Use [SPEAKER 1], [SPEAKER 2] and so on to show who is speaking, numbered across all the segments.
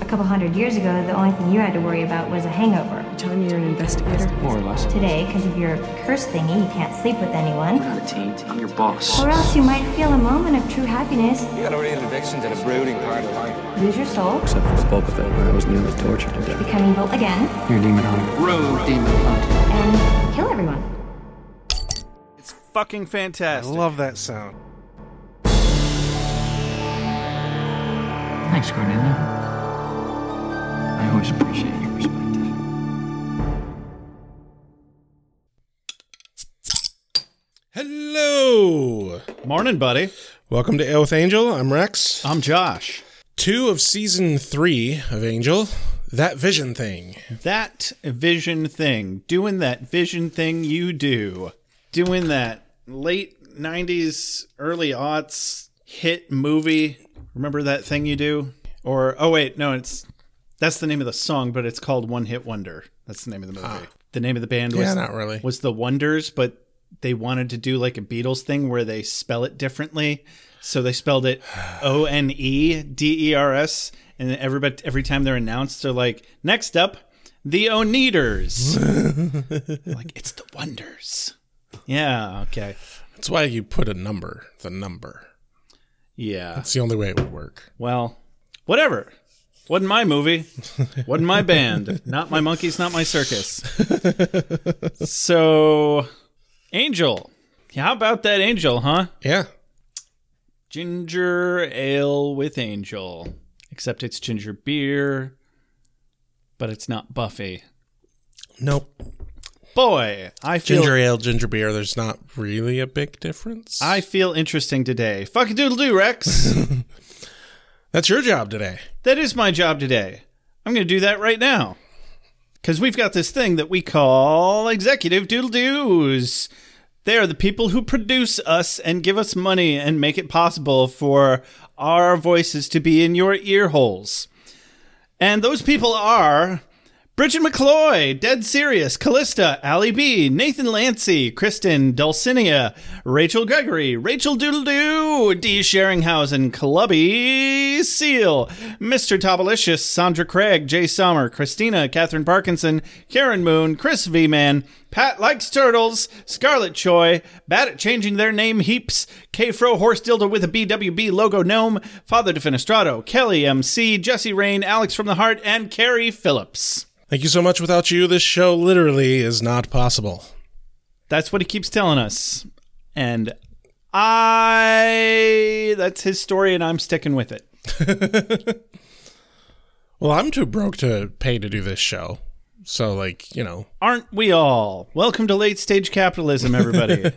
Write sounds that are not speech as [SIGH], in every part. [SPEAKER 1] A couple hundred years ago, the only thing you had to worry about was a hangover.
[SPEAKER 2] You telling me you're an investigator?
[SPEAKER 3] More or less.
[SPEAKER 1] Today, because of your curse thingy, you can't sleep with anyone.
[SPEAKER 3] I'm a team. I'm your boss.
[SPEAKER 1] Or else you might feel a moment of true happiness,
[SPEAKER 4] You got a real addiction to the brooding part of life.
[SPEAKER 1] lose your soul,
[SPEAKER 5] Except for Bobaville, where I was nearly tortured to death.
[SPEAKER 1] become evil again,
[SPEAKER 5] You're a demon hunter.
[SPEAKER 3] Road demon hunter.
[SPEAKER 1] and kill everyone.
[SPEAKER 6] It's fucking
[SPEAKER 7] I
[SPEAKER 6] fantastic.
[SPEAKER 7] love that sound.
[SPEAKER 5] Thanks, Cornelia. I always appreciate your perspective.
[SPEAKER 7] Hello.
[SPEAKER 6] Morning, buddy.
[SPEAKER 7] Welcome to Oath Angel. I'm Rex.
[SPEAKER 6] I'm Josh.
[SPEAKER 7] Two of season three of Angel. That vision thing.
[SPEAKER 6] That vision thing, doing that vision thing you do, doing that late 90s, early aughts hit movie. Remember that thing you do? Or, oh, wait, no, it's that's the name of the song, but it's called One Hit Wonder. That's the name of the movie. The name of the band was,
[SPEAKER 7] Yeah, not really.
[SPEAKER 6] was The Wonders, but they wanted to do like a Beatles thing where they spell it differently. So they spelled it [SIGHS] O N E D E R S. And then everybody, every time they're announced, they're like, next up, the Oneaters. like, it's the Wonders. Yeah. Okay.
[SPEAKER 7] That's why you put a number. The number.
[SPEAKER 6] Yeah.
[SPEAKER 7] It's the only way it would work.
[SPEAKER 6] Well, whatever. Wasn't my movie. Wasn't my band. Not my monkeys, not my circus. So, Angel. How about that Angel, huh?
[SPEAKER 7] Yeah.
[SPEAKER 6] Ginger ale with Angel. Except it's ginger beer, but it's not Buffy.
[SPEAKER 7] Nope.
[SPEAKER 6] Boy, I feel
[SPEAKER 7] Ginger ale, ginger beer. There's not really a big difference.
[SPEAKER 6] I feel interesting today. Fuck a doodle doo, Rex.
[SPEAKER 7] That's your job today.
[SPEAKER 6] That is my job today. I'm going to do that right now. Because we've got this thing that we call executive doodle doos. They are the people who produce us and give us money and make it possible for our voices to be in your ear holes. And those people are Bridget McCloy, Dead Serious, Callista, Allie B, Nathan Lancy, Kristen, Dulcinea, Rachel Gregory, Rachel Doodledoo, D. Sheringhausen, Clubby Seal, Mr. Tobalicious, Sandra Craig, Jay Sommer, Christina, Catherine Parkinson, Karen Moon, Chris V. Man, Pat Likes Turtles, Scarlet Choi, Bad at Changing Their Name Heaps, K. Fro Horse Dildo with a BWB logo gnome, Father Defenestrato, Kelly MC, Jesse Rain, Alex from the Heart, and Carrie Phillips.
[SPEAKER 7] Thank you so much. Without you, this show literally is not possible.
[SPEAKER 6] That's what he keeps telling us. And I that's his story and I'm sticking with it.
[SPEAKER 7] Well, I'm too broke to pay to do this show. So, like, you know,
[SPEAKER 6] Aren't we all? Welcome to late stage
[SPEAKER 7] [LAUGHS]
[SPEAKER 6] capitalism, everybody.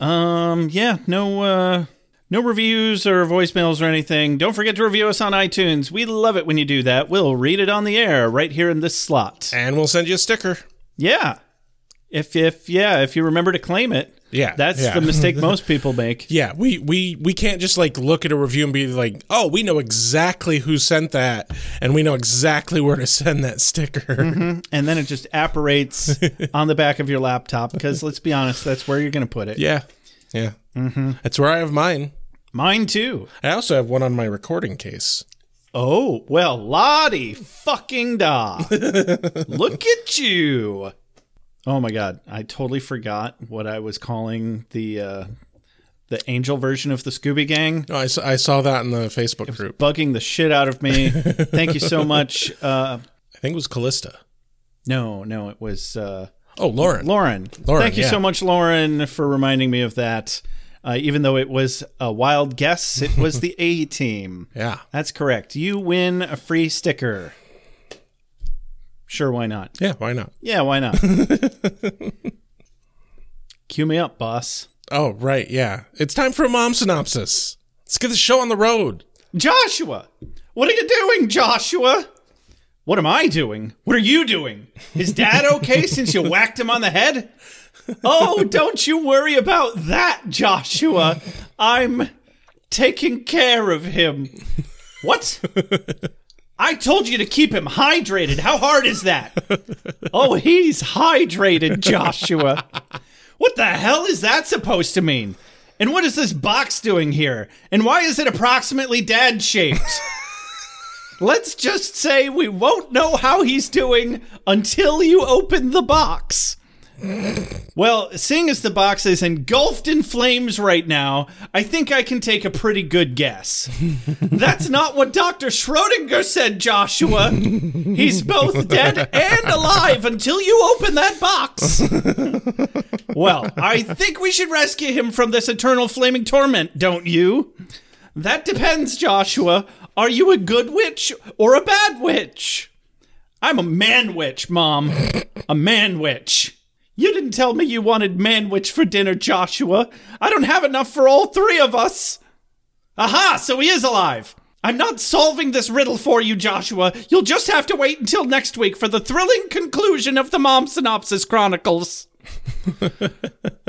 [SPEAKER 6] um yeah, no uh no reviews or voicemails or anything. Don't forget to review us on iTunes. We love it when you do that. We'll read it on the air right here in this slot.
[SPEAKER 7] and we'll send you a sticker.
[SPEAKER 6] Yeah. If if yeah, if you remember to claim it.
[SPEAKER 7] Yeah,
[SPEAKER 6] That's
[SPEAKER 7] yeah. [LAUGHS]
[SPEAKER 6] the mistake most people make.
[SPEAKER 7] Yeah, we, we we can't just like look at a review and be like, "Oh, we know exactly who sent that, and we know exactly where to send that sticker."
[SPEAKER 6] and then it just apparates on the back of your laptop because let's be honest that's where you're going to put
[SPEAKER 7] [LAUGHS]
[SPEAKER 6] it
[SPEAKER 7] Yeah, yeah,
[SPEAKER 6] Mm-hmm.
[SPEAKER 7] that's where I have mine.
[SPEAKER 6] mine too
[SPEAKER 7] I also have one on my recording case.
[SPEAKER 6] oh well lottie fucking da look at you oh my god i totally forgot what i was calling the uh the angel version of the scooby gang
[SPEAKER 7] No, I saw, I saw that in the Facebook group.
[SPEAKER 6] bugging the shit out of me thank you so much uh
[SPEAKER 7] I think it was Callista.
[SPEAKER 6] no no it was uh
[SPEAKER 7] Oh, Lauren.
[SPEAKER 6] Lauren.
[SPEAKER 7] Lauren,
[SPEAKER 6] Thank you
[SPEAKER 7] yeah.
[SPEAKER 6] so much, Lauren, for reminding me of that. Uh, even though it was a wild guess, it was the A [LAUGHS] team.
[SPEAKER 7] Yeah,
[SPEAKER 6] That's correct. You win a free sticker. Sure, why not?
[SPEAKER 7] yeah. Why not?
[SPEAKER 6] Yeah,
[SPEAKER 7] [LAUGHS]
[SPEAKER 6] why not? Cue me up, boss.
[SPEAKER 7] Oh, right. Yeah, it's time for a mom synopsis. Let's get the show on the road.
[SPEAKER 6] Joshua! What are you doing, Joshua? What am I doing? What are you doing? Is dad okay since you whacked him on the head? Oh, don't you worry about that, Joshua. I'm taking care of him. What? I told you to keep him hydrated. How hard is that? Oh, he's hydrated, Joshua. What the hell is that supposed to mean? And what is this box doing here? And why is it approximately dad shaped? Let's just say we won't know how he's doing until you open the box. well, seeing as the box is engulfed in flames right now, I think I can take a pretty good guess. That's not what Dr. Schrodinger said, Joshua. He's both dead and alive until you open that box. well, I think we should rescue him from this eternal flaming torment, don't you? That depends, Joshua. Are you a good witch or a bad witch? I'm a man witch, Mom. a man witch. You didn't tell me you wanted man witch for dinner, Joshua. I don't have enough for all three of us. Aha, so he is alive. I'm not solving this riddle for you, Joshua. You'll just have to wait until next week for the thrilling conclusion of the Mom Synopsis Chronicles.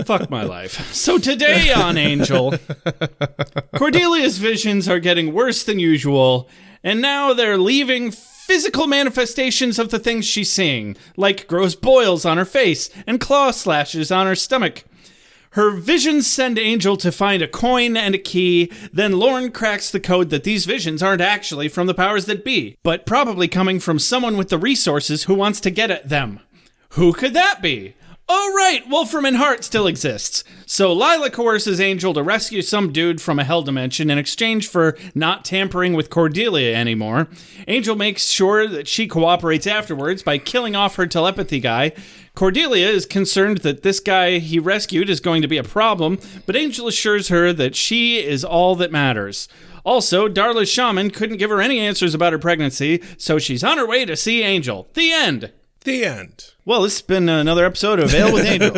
[SPEAKER 6] Fuck my life. So today on Angel, Cordelia's visions are getting worse than usual, and now they're leaving physical manifestations of the things she's seeing, like gross boils on her face and claw slashes on her stomach. Her visions send Angel to find a coin and a key. Then Lauren cracks the code that these visions aren't actually from the powers that be, but probably coming from someone with the resources who wants to get at them. Who could that be? Oh, right, Wolfram and Hart still exists. So Lila coerces Angel to rescue some dude from a hell dimension in exchange for not tampering with Cordelia anymore. Angel makes sure that she cooperates afterwards by killing off her telepathy guy. Cordelia is concerned that this guy he rescued is going to be a problem, but Angel assures her that she is all that matters. Also, Darla's shaman couldn't give her any answers about her pregnancy, so she's on her way to see Angel. The end.
[SPEAKER 7] The end.
[SPEAKER 6] Well, this has been another episode of Ale with Angel.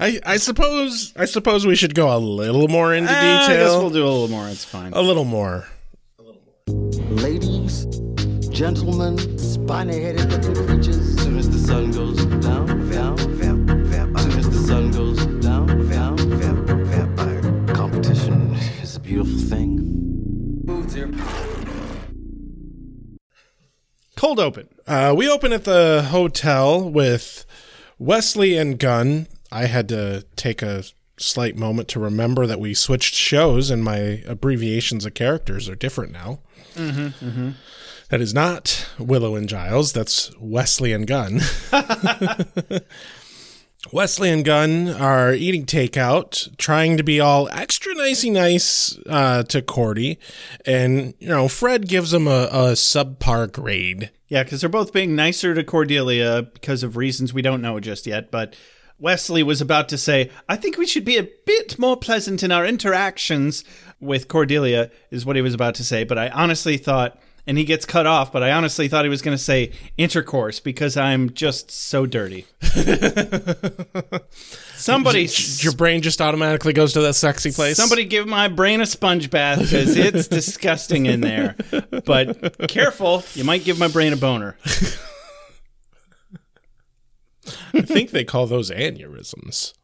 [SPEAKER 7] I, I suppose I suppose we should go a little more into
[SPEAKER 6] Ah, I guess
[SPEAKER 7] detail.
[SPEAKER 6] we'll do a little more. It's fine.
[SPEAKER 7] a little more.
[SPEAKER 2] Ladies, gentlemen, spiny headed little creatures. Soon as the sun goes down, down, down, vampire. Soon as the sun goes down, down, down, vampire. Competition is a beautiful thing.
[SPEAKER 6] Cold open.
[SPEAKER 7] Uh, we open at the hotel with Wesley and Gunn. I had to take a slight moment to remember that we switched shows and my abbreviations of characters are different now. That is not Willow and Giles. That's Wesley and Gunn. [LAUGHS] Wesley and Gunn are eating takeout, trying to be all extra nicey nice uh, to Cordy. And, you know, Fred gives him a, a subpar grade.
[SPEAKER 6] Yeah, because they're both being nicer to Cordelia because of reasons we don't know just yet. But Wesley was about to say, I think we should be a bit more pleasant in our interactions with Cordelia, is what he was about to say. But I honestly thought, and he gets cut off, but I honestly thought he was going to say intercourse because I'm just so dirty. Somebody.
[SPEAKER 7] your brain just automatically goes to that sexy place.
[SPEAKER 6] Somebody give my brain a sponge bath because it's disgusting in there. But careful, you might give my brain a boner.
[SPEAKER 7] I [LAUGHS] think they call those aneurysms,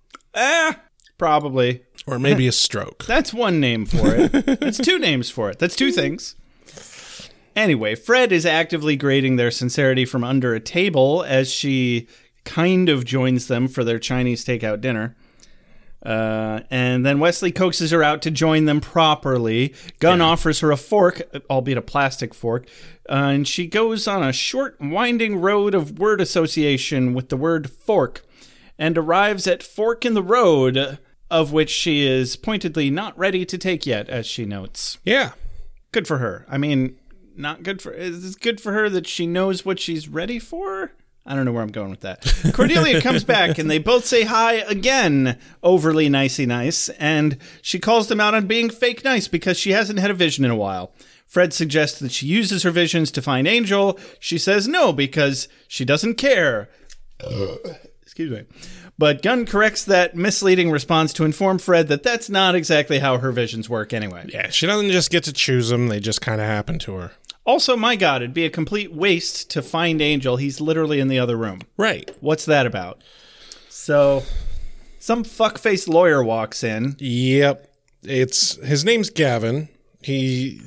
[SPEAKER 6] Probably.
[SPEAKER 7] or maybe a stroke.
[SPEAKER 6] That's one name for it. That's two names for it. That's two things. Anyway, Fred is actively grading their sincerity from under a table as she kind of joins them for their Chinese takeout dinner. Uh, and then Wesley coaxes her out to join them properly. Gunn offers her a fork, albeit a plastic fork, uh, and she goes on a short, winding road of word association with the word fork and arrives at Fork in the Road, of which she is pointedly not ready to take yet, as she notes.
[SPEAKER 7] Yeah,
[SPEAKER 6] Good for her. I mean, not good for. It's good for her that she knows what she's ready for. I don't know where I'm going with that. Cordelia comes back and they both say hi again, overly nicey nice, and she calls them out on being fake nice because she hasn't had a vision in a while. Fred suggests that she uses her visions to find Angel. She says no because she doesn't care excuse me. But Gunn corrects that misleading response to inform Fred that that's not exactly how her visions work anyway.
[SPEAKER 7] yeah. She doesn't just get to choose them; they just kind of happen to her.
[SPEAKER 6] Also, my God, it'd be a complete waste to find Angel. He's literally in the other room.
[SPEAKER 7] Right.
[SPEAKER 6] What's that about? So, some fuckface lawyer walks in.
[SPEAKER 7] Yep. It's his name's Gavin. He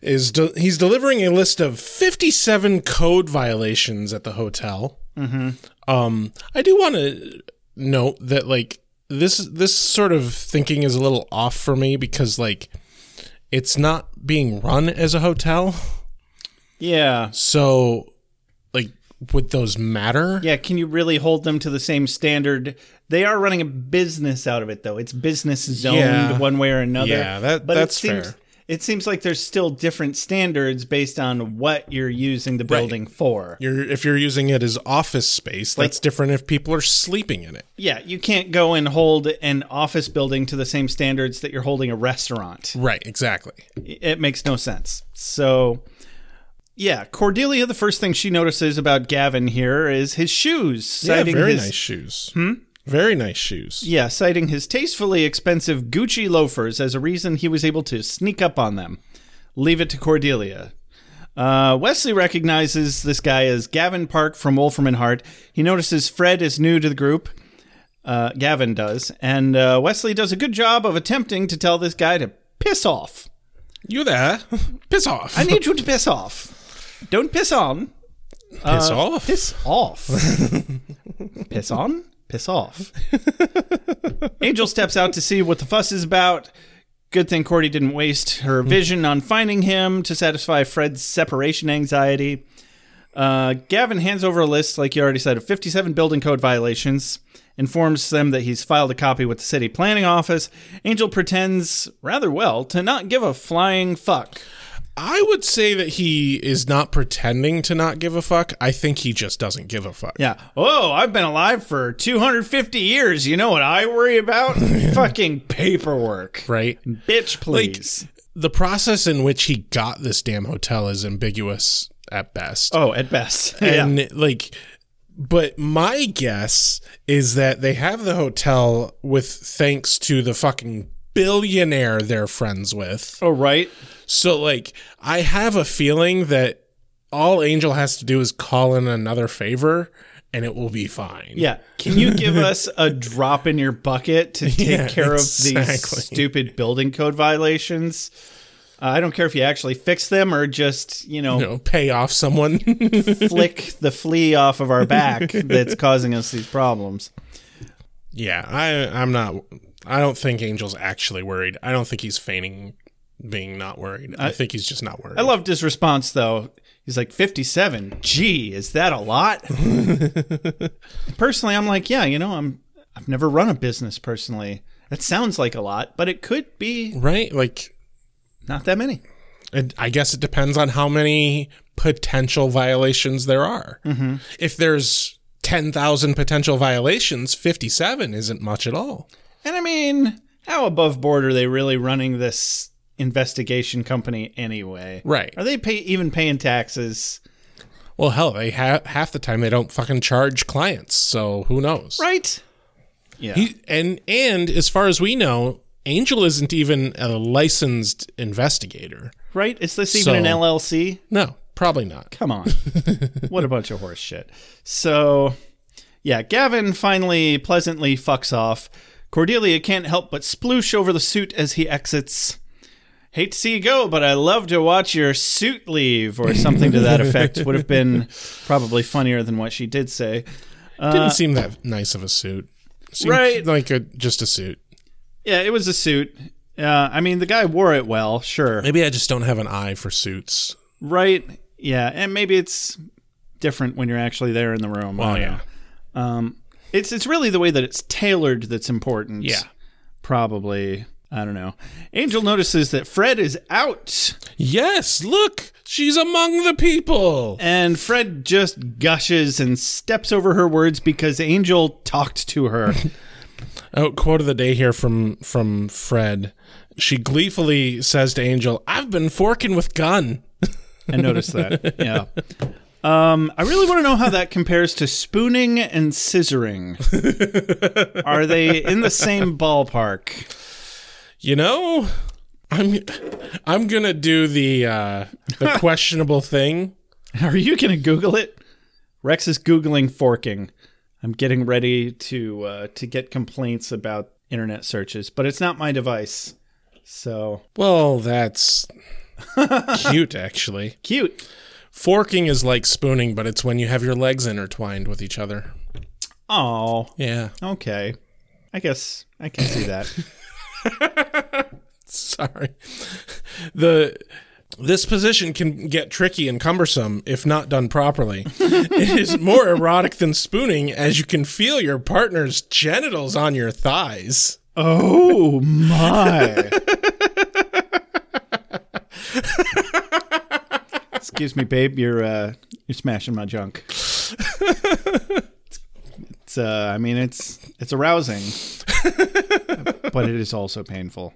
[SPEAKER 7] is de- he's delivering a list of 57 code violations at the hotel. Mm-hmm. Um, I do want to note that like this this sort of thinking is a little off for me because like it's not being run as a hotel.
[SPEAKER 6] Yeah.
[SPEAKER 7] So like would those matter?
[SPEAKER 6] Yeah, can you really hold them to the same standard? They are running a business out of it, though. It's business zoned
[SPEAKER 7] Yeah.
[SPEAKER 6] one way or another.
[SPEAKER 7] Yeah, that-
[SPEAKER 6] it
[SPEAKER 7] that's
[SPEAKER 6] seems,
[SPEAKER 7] fair.
[SPEAKER 6] It seems like there's still different standards based on what you're using the building for.
[SPEAKER 7] You're if you're using it as office space, that's different if people are sleeping in it.
[SPEAKER 6] yeah, you can't go and hold an office building to the same standards that you're holding a restaurant.
[SPEAKER 7] Right, exactly.
[SPEAKER 6] it makes no sense. So, yeah, Cordelia, the first thing she notices about Gavin here is his shoes.
[SPEAKER 7] Yeah, very
[SPEAKER 6] his,
[SPEAKER 7] nice shoes. Hmm? Very nice shoes.
[SPEAKER 6] Yeah, citing his tastefully expensive Gucci loafers as a reason he was able to sneak up on them. Leave it to Cordelia. Uh, Wesley recognizes this guy as Gavin Park from Wolfram and Hart. He notices Fred is new to the group. Uh, Gavin does. And uh, Wesley does a good job of attempting to tell this guy to piss off.
[SPEAKER 7] You there? [LAUGHS] Piss off.
[SPEAKER 6] I need you to piss off. Don't piss on.
[SPEAKER 7] Uh, piss off.
[SPEAKER 6] Piss off. piss on. Piss off. Angel steps out to see what the fuss is about. Good thing Cordy didn't waste her vision on finding him to satisfy Fred's separation anxiety. Uh, Gavin hands over a list, like you already said, of 57 building code violations, informs them that he's filed a copy with the city planning office. Angel pretends, rather well, to not give a flying fuck.
[SPEAKER 7] I would say that he is not pretending to not give a fuck. I think he just doesn't give a fuck.
[SPEAKER 6] Yeah. Oh, I've been alive for 250 years. You know what I worry
[SPEAKER 7] [LAUGHS]
[SPEAKER 6] about? Fucking paperwork.
[SPEAKER 7] Right?
[SPEAKER 6] Bitch, please.
[SPEAKER 7] The process in which he got this damn hotel is ambiguous at best.
[SPEAKER 6] oh, at best.
[SPEAKER 7] and like but my guess is that they have the hotel with thanks to the fucking billionaire they're friends with.
[SPEAKER 6] Oh, right.
[SPEAKER 7] So like I have a feeling that all Angel has to do is call in another favor and it will be fine.
[SPEAKER 6] Yeah. Can
[SPEAKER 7] [LAUGHS]
[SPEAKER 6] you give us a drop in your bucket to take
[SPEAKER 7] Yeah,
[SPEAKER 6] care of
[SPEAKER 7] exactly.
[SPEAKER 6] these stupid building code violations? Uh, I don't care if you actually fix them or just, you know,
[SPEAKER 7] You know, pay off someone. [LAUGHS]
[SPEAKER 6] flick the flea off of our back that's causing us these problems.
[SPEAKER 7] yeah, I I'm not I don't think Angel's actually worried. I don't think he's feigning being not worried. I, think he's just not worried.
[SPEAKER 6] I loved his response though. He's like, 57. Gee, is that a lot? personally, I'm like, yeah, you know, I'm I've never run a business personally. That sounds like a lot, but it could be
[SPEAKER 7] right? Like
[SPEAKER 6] not that many.
[SPEAKER 7] It, I guess it depends on how many potential violations there are. If there's 10,000 potential violations, 57 isn't much at all.
[SPEAKER 6] And I mean, how above board are they really running this investigation company anyway?
[SPEAKER 7] Right.
[SPEAKER 6] Are they pay, even paying taxes?
[SPEAKER 7] Well, hell, they ha- half the time they don't fucking charge clients, so who knows?
[SPEAKER 6] Right? Yeah.
[SPEAKER 7] He, and and as far as we know, Angel isn't even a licensed investigator.
[SPEAKER 6] right? Is this even
[SPEAKER 7] So-
[SPEAKER 6] an LLC?
[SPEAKER 7] No, probably not.
[SPEAKER 6] Come on. what a bunch of horse shit. So, yeah, Gavin finally pleasantly fucks off. Cordelia can't help but sploosh over the suit as he exits. Hate to see you go, but I love to watch your suit leave, or something to that effect would have been probably funnier than what she did say.
[SPEAKER 7] Didn't seem that nice of a suit. Seemed
[SPEAKER 6] Right.
[SPEAKER 7] like a, just a suit.
[SPEAKER 6] Yeah, it was a suit. Uh, I mean, the guy wore it well, sure.
[SPEAKER 7] Maybe I just don't have an eye for suits.
[SPEAKER 6] Right? Yeah, and maybe it's different when you're actually there in the room. I
[SPEAKER 7] Oh
[SPEAKER 6] don't know.
[SPEAKER 7] yeah.
[SPEAKER 6] Um, It's it's really the way that it's tailored that's important.
[SPEAKER 7] Yeah.
[SPEAKER 6] Probably. I don't know. Angel notices that Fred is out
[SPEAKER 7] Yes, look, she's among the people.
[SPEAKER 6] and Fred just gushes and steps over her words because Angel talked to her.
[SPEAKER 7] Oh, quote of the day here from from Fred. She gleefully says to Angel, "I've been forking with gun."
[SPEAKER 6] I noticed that. Yeah. Um, I really want to know how that compares to spooning and scissoring. Are they in the same ballpark?
[SPEAKER 7] You know, I'm I'm gonna do the uh, the questionable thing.
[SPEAKER 6] [LAUGHS] Are you going to Google it? Rex is googling forking. I'm getting ready to uh, to get complaints about internet searches, but it's not my device. So
[SPEAKER 7] Well, that's cute, actually.
[SPEAKER 6] cute.
[SPEAKER 7] Forking is like spooning, but it's when you have your legs intertwined with each other.
[SPEAKER 6] Oh,
[SPEAKER 7] Yeah, [LAUGHS]
[SPEAKER 6] okay. I guess I can see that.
[SPEAKER 7] Sorry. The this position can get tricky and cumbersome if not done properly. it is more erotic than spooning as you can feel your partner's genitals on your thighs.
[SPEAKER 6] oh my. Excuse me, babe. You're uh, you're smashing my junk. It's uh, I mean, it's it's arousing, but it is also painful.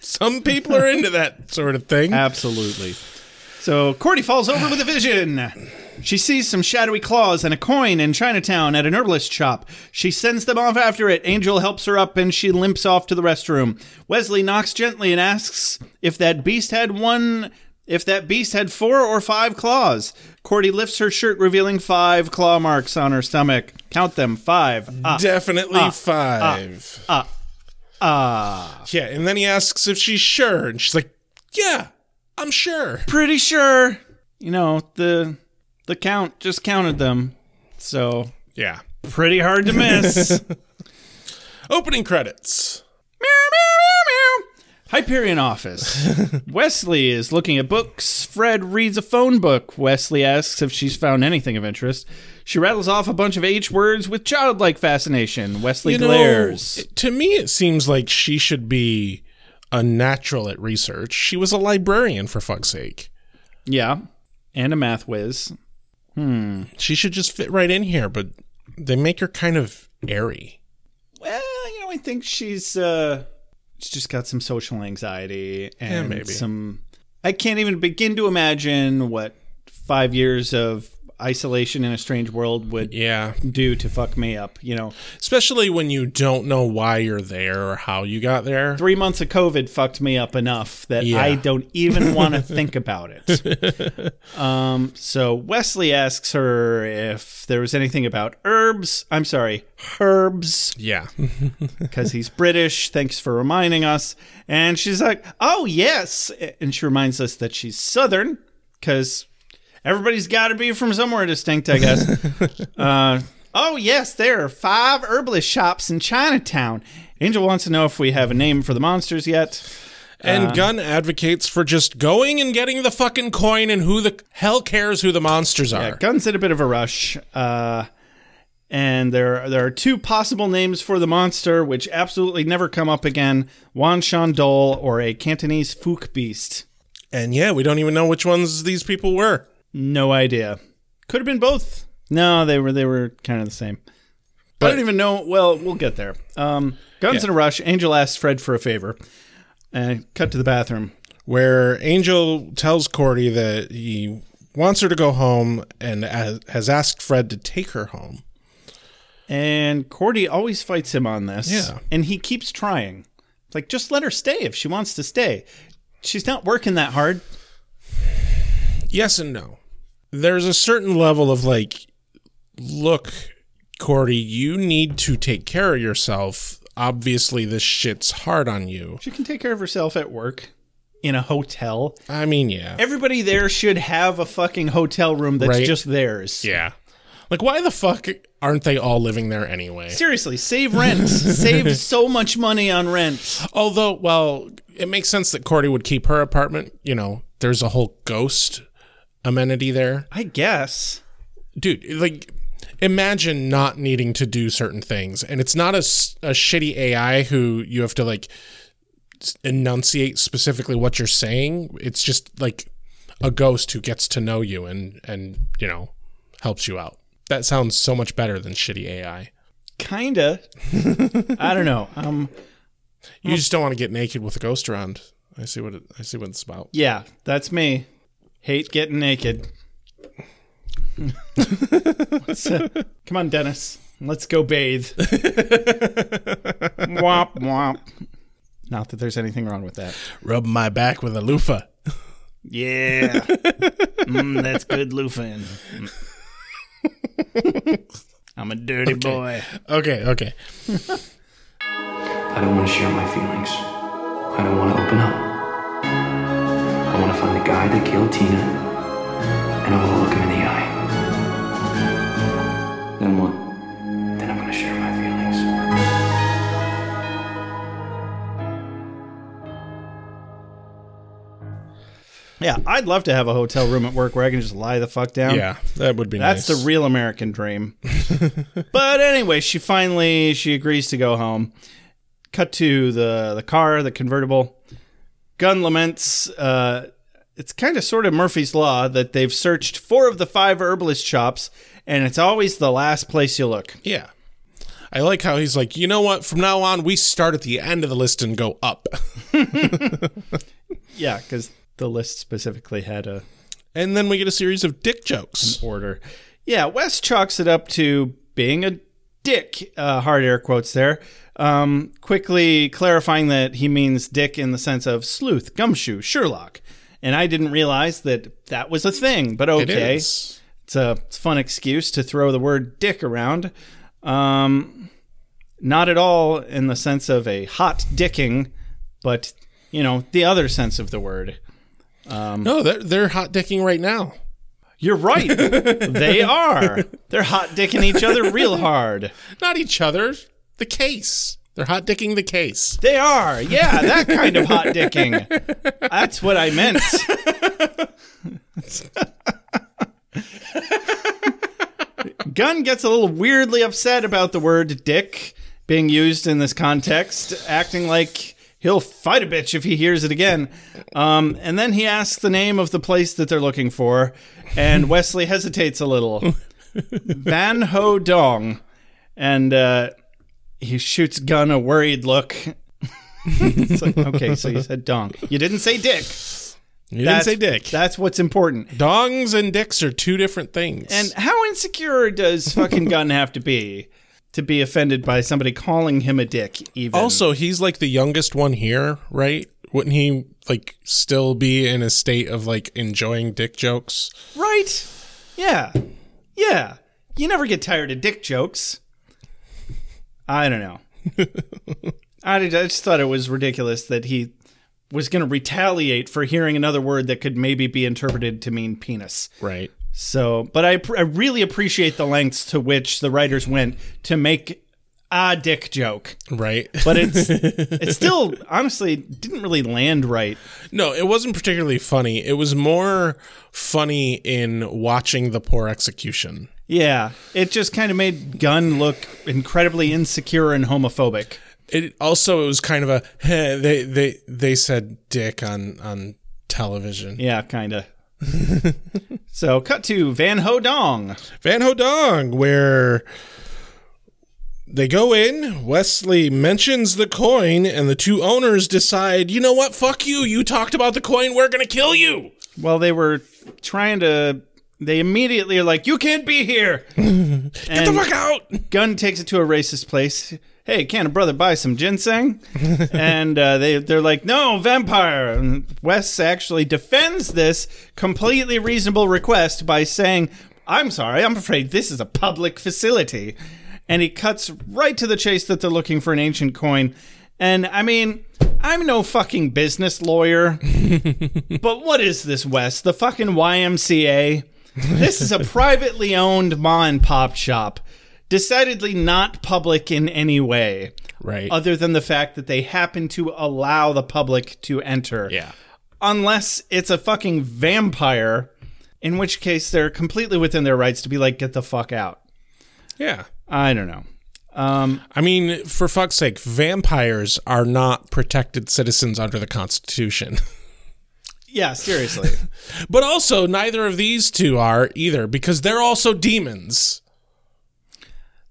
[SPEAKER 7] Some people are into that sort of thing.
[SPEAKER 6] Absolutely. So Cordy falls over with a vision. She sees some shadowy claws and a coin in Chinatown at an herbalist shop. She sends them off after it. Angel helps her up and she limps off to the restroom. Wesley knocks gently and asks if that beast had one if that beast had four or five claws. Cordy lifts her shirt revealing five claw marks on her stomach. Count them. Five.
[SPEAKER 7] Uh,
[SPEAKER 6] Ah.
[SPEAKER 7] Definitely five. Ah, Yeah, and then he asks if she's sure, and she's like, "Yeah, I'm sure."
[SPEAKER 6] pretty sure, you know, the the count just counted them. So
[SPEAKER 7] Yeah.
[SPEAKER 6] pretty hard to miss.
[SPEAKER 7] Opening credits.
[SPEAKER 6] Hyperion office.
[SPEAKER 7] [LAUGHS]
[SPEAKER 6] Wesley is looking at books. Fred reads a phone book. Wesley asks if she's found anything of interest. She rattles off a bunch of H words with childlike fascination. Wesley glares.
[SPEAKER 7] it- to me, it seems like she should be a natural at research. She was a librarian, for fuck's sake.
[SPEAKER 6] yeah. And a math whiz.
[SPEAKER 7] She should just fit right in here, but they make her kind of airy.
[SPEAKER 6] Well, you know, I think she's uh she's just got some social anxiety and
[SPEAKER 7] maybe.
[SPEAKER 6] some I can't even begin to imagine what 5 years of isolation in a strange world would
[SPEAKER 7] Yeah.
[SPEAKER 6] do to fuck me up, you know.
[SPEAKER 7] Especially when you don't know why you're there or how you got there.
[SPEAKER 6] 3 months of covid fucked me up enough that
[SPEAKER 7] Yeah.
[SPEAKER 6] I don't even want to think about it. Um so Wesley asks her if there was anything about herbs, I'm sorry, herbs.
[SPEAKER 7] Yeah.
[SPEAKER 6] because he's British. Thanks for reminding us. And she's like, oh, yes. And she reminds us that she's Southern because everybody's got to be from somewhere distinct, I guess. uh, oh, yes, there are five herbalist shops in Chinatown. Angel wants to know if we have a name for the monsters yet.
[SPEAKER 7] And Gunn advocates for just going and getting the fucking coin and who the hell cares who the monsters are.
[SPEAKER 6] Guns in a bit of a rush. Uh, and there, there are two possible names for the monster, which absolutely never come up again: Wan Shan Dol or a Cantonese Fook beast.
[SPEAKER 7] and yeah, we don't even know which ones these people were.
[SPEAKER 6] No idea. Could have been both. No, they were they were kind of the same. I don't even know. Well, we'll get there. Um, guns in a rush. Angel asks Fred for a favor, and cut to the bathroom.
[SPEAKER 7] where Angel tells Cordy that he wants her to go home and a- has asked Fred to take her home.
[SPEAKER 6] And Cordy always fights him on this.
[SPEAKER 7] Yeah.
[SPEAKER 6] and he keeps trying. It's Like, just let her stay if she wants to stay. She's not working that hard.
[SPEAKER 7] Yes and no. There's a certain level of like, look, Cordy, you need to take care of yourself. Obviously, this shit's hard on you.
[SPEAKER 6] She can take care of herself at work, in a hotel.
[SPEAKER 7] I mean, yeah.
[SPEAKER 6] Everybody there should have a fucking hotel room that's
[SPEAKER 7] Right.
[SPEAKER 6] just theirs.
[SPEAKER 7] yeah. Like, why the fuck aren't they all living there anyway?
[SPEAKER 6] Seriously,
[SPEAKER 7] [LAUGHS]
[SPEAKER 6] save rent. save so much money on rent.
[SPEAKER 7] Although, well, it makes sense that Cordy would keep her apartment. You know, there's a whole ghost amenity there.
[SPEAKER 6] I guess.
[SPEAKER 7] dude like imagine not needing to do certain things and it's not a, s- a shitty ai who you have to like s- enunciate specifically what you're saying it's just like a ghost who gets to know you and and you know helps you out that sounds so much better than shitty ai
[SPEAKER 6] Kinda. I don't know. Um
[SPEAKER 7] you just don't want to get naked with a ghost around i see what it, i see what it's about
[SPEAKER 6] yeah, that's me. Hate getting naked. What's, uh, come on, Dennis. Let's go [LAUGHS] bathe. womp womp. Not that there's anything wrong with that.
[SPEAKER 7] rub my back with a loofah [LAUGHS]
[SPEAKER 6] Yeah. Mm, that's good [LAUGHS] loofing. I'm a dirty boy.
[SPEAKER 7] okay okay
[SPEAKER 3] I don't want to share my feelings. I don't want to open up. I want to find the guy that killed Tina, and I want to look him in the eye.
[SPEAKER 4] Then what?
[SPEAKER 3] Then I'm going to share my feelings.
[SPEAKER 6] Yeah, I'd love to have a hotel room at work where I can just lie the fuck down.
[SPEAKER 7] Yeah, that would be
[SPEAKER 6] That's
[SPEAKER 7] nice.
[SPEAKER 6] the real American dream. but anyway, she finally she agrees to go home. Cut to the the car, the convertible. Gun laments. Uh, it's kind of sort of Murphy's law that they've searched four of the five herbalist shops, and it's always the last place you look.
[SPEAKER 7] yeah. I like how he's like, you know what? From now on, we start at the end of the list and go up. [LAUGHS]
[SPEAKER 6] Yeah, because the list specifically had a
[SPEAKER 7] and then we get a series of dick jokes.
[SPEAKER 6] order. Yeah, West chalks it up to being a dick, uh, hard air quotes there. Um, quickly clarifying that he means dick in the sense of sleuth, gumshoe, Sherlock. And I didn't realize that that was a thing, but
[SPEAKER 7] It
[SPEAKER 6] okay.
[SPEAKER 7] is.
[SPEAKER 6] It's a fun excuse to throw the word dick around. Um, not at all in the sense of a hot dicking, but, you know, the other sense of the word.
[SPEAKER 7] No, they're, they're hot dicking right now. [LAUGHS]
[SPEAKER 6] You're right. they are. They're hot dicking each other real hard.
[SPEAKER 7] Not each other, the case. They're hot dicking the case.
[SPEAKER 6] They are. Yeah, that kind of hot dicking. That's what I meant. Gunn gets a little weirdly upset about the word dick being used in this context, acting like he'll fight a bitch if he hears it again. Um, and then he asks the name of the place that they're looking for, and Wesley hesitates a little. Van Ho Dong. And uh, he shoots Gunn a worried look. it's like, okay, so you said dong. You didn't say dick.
[SPEAKER 7] You didn't
[SPEAKER 6] That's,
[SPEAKER 7] say dick.
[SPEAKER 6] That's what's important.
[SPEAKER 7] Dongs and dicks are two different things.
[SPEAKER 6] And how insecure does
[SPEAKER 7] [LAUGHS]
[SPEAKER 6] fucking Gunn have to be to be offended by somebody calling him a dick? Even
[SPEAKER 7] also, he's like the youngest one here, right? Wouldn't he like still be in a state of like enjoying dick jokes?
[SPEAKER 6] right? Yeah, yeah. You never get tired of dick jokes. I don't
[SPEAKER 7] [LAUGHS]
[SPEAKER 6] know. I did- I just thought it was ridiculous that he was going to retaliate for hearing another word that could maybe be interpreted to mean penis.
[SPEAKER 7] Right.
[SPEAKER 6] So, but I, I really appreciate the lengths to which the writers went to make a dick joke.
[SPEAKER 7] Right. [LAUGHS]
[SPEAKER 6] But it's it still honestly didn't really land right.
[SPEAKER 7] no, it wasn't particularly funny. It was more funny in watching the poor execution.
[SPEAKER 6] Yeah, it just kind of made Gunn look incredibly insecure and homophobic.
[SPEAKER 7] It also it was kind of a [LAUGHS] "Heh, they they they said dick on on television.
[SPEAKER 6] Yeah,
[SPEAKER 7] [LAUGHS]
[SPEAKER 6] kind of. so, cut to Van Ho Dong.
[SPEAKER 7] Van Hodong, where they go in, Wesley mentions the coin, and the two owners decide, you know what, fuck you, you talked about the coin, we're gonna kill you.
[SPEAKER 6] Well, they were trying to. They immediately are like, "You can't be here."
[SPEAKER 7] [LAUGHS] Get the fuck out!
[SPEAKER 6] Gunn takes it to a racist place. Hey, can a brother buy some ginseng? and uh, they they're like, no, vampire. And Wes actually defends this completely reasonable request by saying, I'm sorry, I'm afraid this is a public facility. And he cuts right to the chase that they're looking for an ancient coin. And I mean, I'm no fucking business lawyer, but what is this, Wes? The fucking YMCA? This is a privately owned ma and pop shop, decidedly not public in any way,
[SPEAKER 7] Right.
[SPEAKER 6] other than the fact that they happen to allow the public to enter.
[SPEAKER 7] yeah.
[SPEAKER 6] Unless it's a fucking vampire, in which case they're completely within their rights to be like, get the fuck out.
[SPEAKER 7] Yeah.
[SPEAKER 6] I don't know.
[SPEAKER 7] I mean, for fuck's sake, vampires are not protected citizens under the Constitution. [LAUGHS]
[SPEAKER 6] Yeah, seriously.
[SPEAKER 7] but also, neither of these two are either, because they're also demons.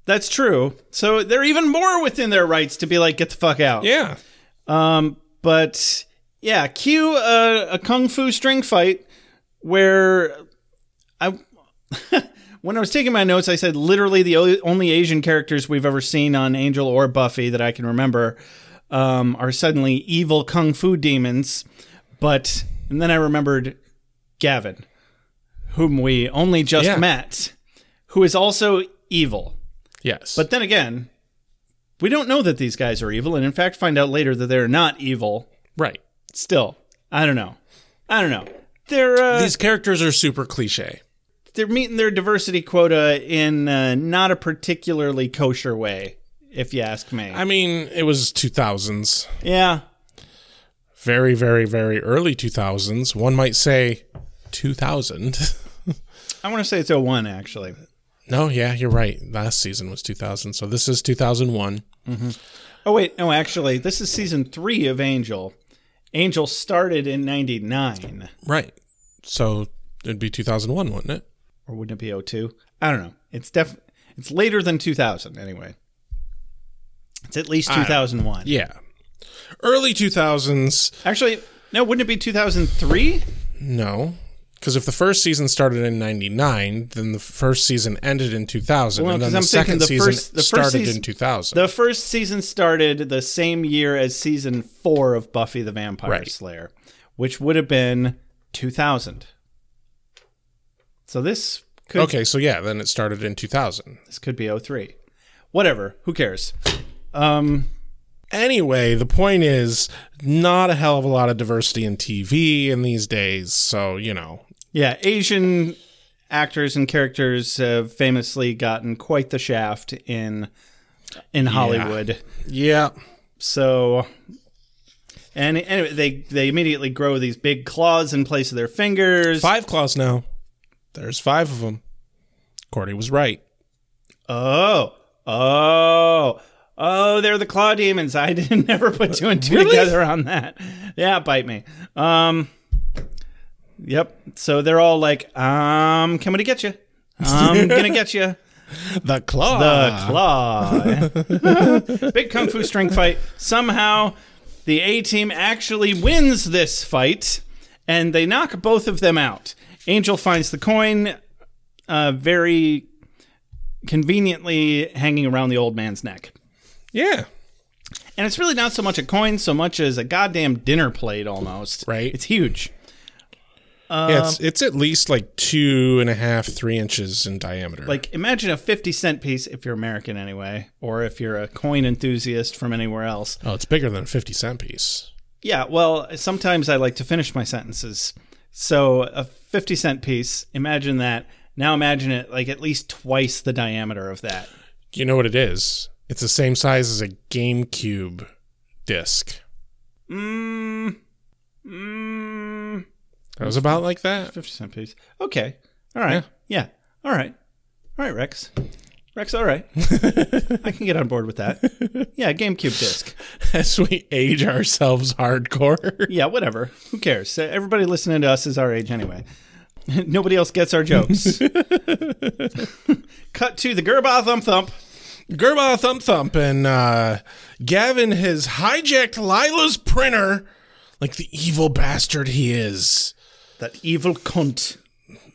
[SPEAKER 6] That's true. So they're even more within their rights to be like, get the fuck out.
[SPEAKER 7] Yeah.
[SPEAKER 6] but yeah, cue a, a kung fu string fight where I [LAUGHS] when I was taking my notes, I said literally the o- only Asian characters we've ever seen on Angel or Buffy that I can remember um, are suddenly evil kung fu demons. But and then I remembered Gavin, whom we only just
[SPEAKER 7] Yeah.
[SPEAKER 6] met, who is also evil.
[SPEAKER 7] Yes.
[SPEAKER 6] But then again, we don't know that these guys are evil, and in fact, find out later that they're not evil
[SPEAKER 7] right.
[SPEAKER 6] still i don't know i don't know they're uh,
[SPEAKER 7] These characters are super cliche.
[SPEAKER 6] they're meeting their diversity quota in uh, not a particularly kosher way if you ask me
[SPEAKER 7] I mean, it was 2000s.
[SPEAKER 6] yeah
[SPEAKER 7] very, very, very early 2000s. One might say 2000.
[SPEAKER 6] I want to say it's 01, actually.
[SPEAKER 7] [LAUGHS] no, yeah, you're right. Last season was 2000. So this is 2001.
[SPEAKER 6] Oh, wait. No, actually, this is season three of Angel. Angel started in 99.
[SPEAKER 7] Right. So it'd be 2001, wouldn't it?
[SPEAKER 6] Or wouldn't it be 02? I don't know. It's def. It's later than 2000, anyway. It's at least 2001.
[SPEAKER 7] Yeah. Early 2000s.
[SPEAKER 6] Actually, no, wouldn't it be 2003?
[SPEAKER 7] No. Because if the first season started in '99, then the first season ended in 2000,
[SPEAKER 6] Well,
[SPEAKER 7] and then
[SPEAKER 6] 'cause
[SPEAKER 7] the
[SPEAKER 6] I'm
[SPEAKER 7] second
[SPEAKER 6] thinking the
[SPEAKER 7] season
[SPEAKER 6] first- the first
[SPEAKER 7] started
[SPEAKER 6] season-
[SPEAKER 7] in 2000.
[SPEAKER 6] The first season started the same year as season four of Buffy the Vampire
[SPEAKER 7] Right.
[SPEAKER 6] Slayer, which would have been 2000. So this could
[SPEAKER 7] okay, so yeah, then it started in 2000.
[SPEAKER 6] this could be 03. Whatever, who cares? Um,
[SPEAKER 7] Anyway, the point is, not a hell of a lot of diversity in TV in these days. So you know,
[SPEAKER 6] yeah, Asian actors and characters have famously gotten quite the shaft in in Hollywood.
[SPEAKER 7] yeah,
[SPEAKER 6] So, and anyway, they they immediately grow these big claws in place of their fingers.
[SPEAKER 7] five claws now. There's five of them. Cordy was right.
[SPEAKER 6] Oh, oh, oh! They're the claw demons. I [LAUGHS] didn't never put two and two together on that. Yeah, bite me. Um, yep. So they're all like, "I'm coming to get you. I'm gonna get you."
[SPEAKER 7] The claw.
[SPEAKER 6] The claw. Big kung fu string fight. Somehow, the A team actually wins this fight, and they knock both of them out. Angel finds the coin, uh, very conveniently hanging around the old man's neck.
[SPEAKER 7] yeah.
[SPEAKER 6] And it's really not so much a coin, so much as a goddamn dinner plate almost.
[SPEAKER 7] Right.
[SPEAKER 6] It's huge.
[SPEAKER 7] yeah, it's it's at least like two and a half, three inches in diameter.
[SPEAKER 6] Like, imagine a 50 cent piece if you're American anyway, or if you're a coin enthusiast from anywhere else.
[SPEAKER 7] oh, it's bigger than a fifty cent piece.
[SPEAKER 6] Yeah, well, sometimes I like to finish my sentences. So a 50 cent piece, imagine that. Now imagine it like at least twice the diameter of that.
[SPEAKER 7] You know what it is? It's the same size as a GameCube disc.
[SPEAKER 6] Mmm. Mmm.
[SPEAKER 7] That was about like that.
[SPEAKER 6] 50 cent piece. Okay. All right. Yeah. All right. All right, Rex. Rex, all right. I can get on board with that. Yeah, GameCube disc.
[SPEAKER 7] As we age ourselves hardcore.
[SPEAKER 6] Yeah, whatever. Who cares? Uh, Everybody listening to us is our age anyway. [LAUGHS] Nobody else gets our jokes. [LAUGHS] Cut to the Gerba thump thump.
[SPEAKER 7] [LAUGHS] Gerba thump thump and uh, Gavin has hijacked Lila's printer like the evil bastard he is.
[SPEAKER 6] That evil cunt.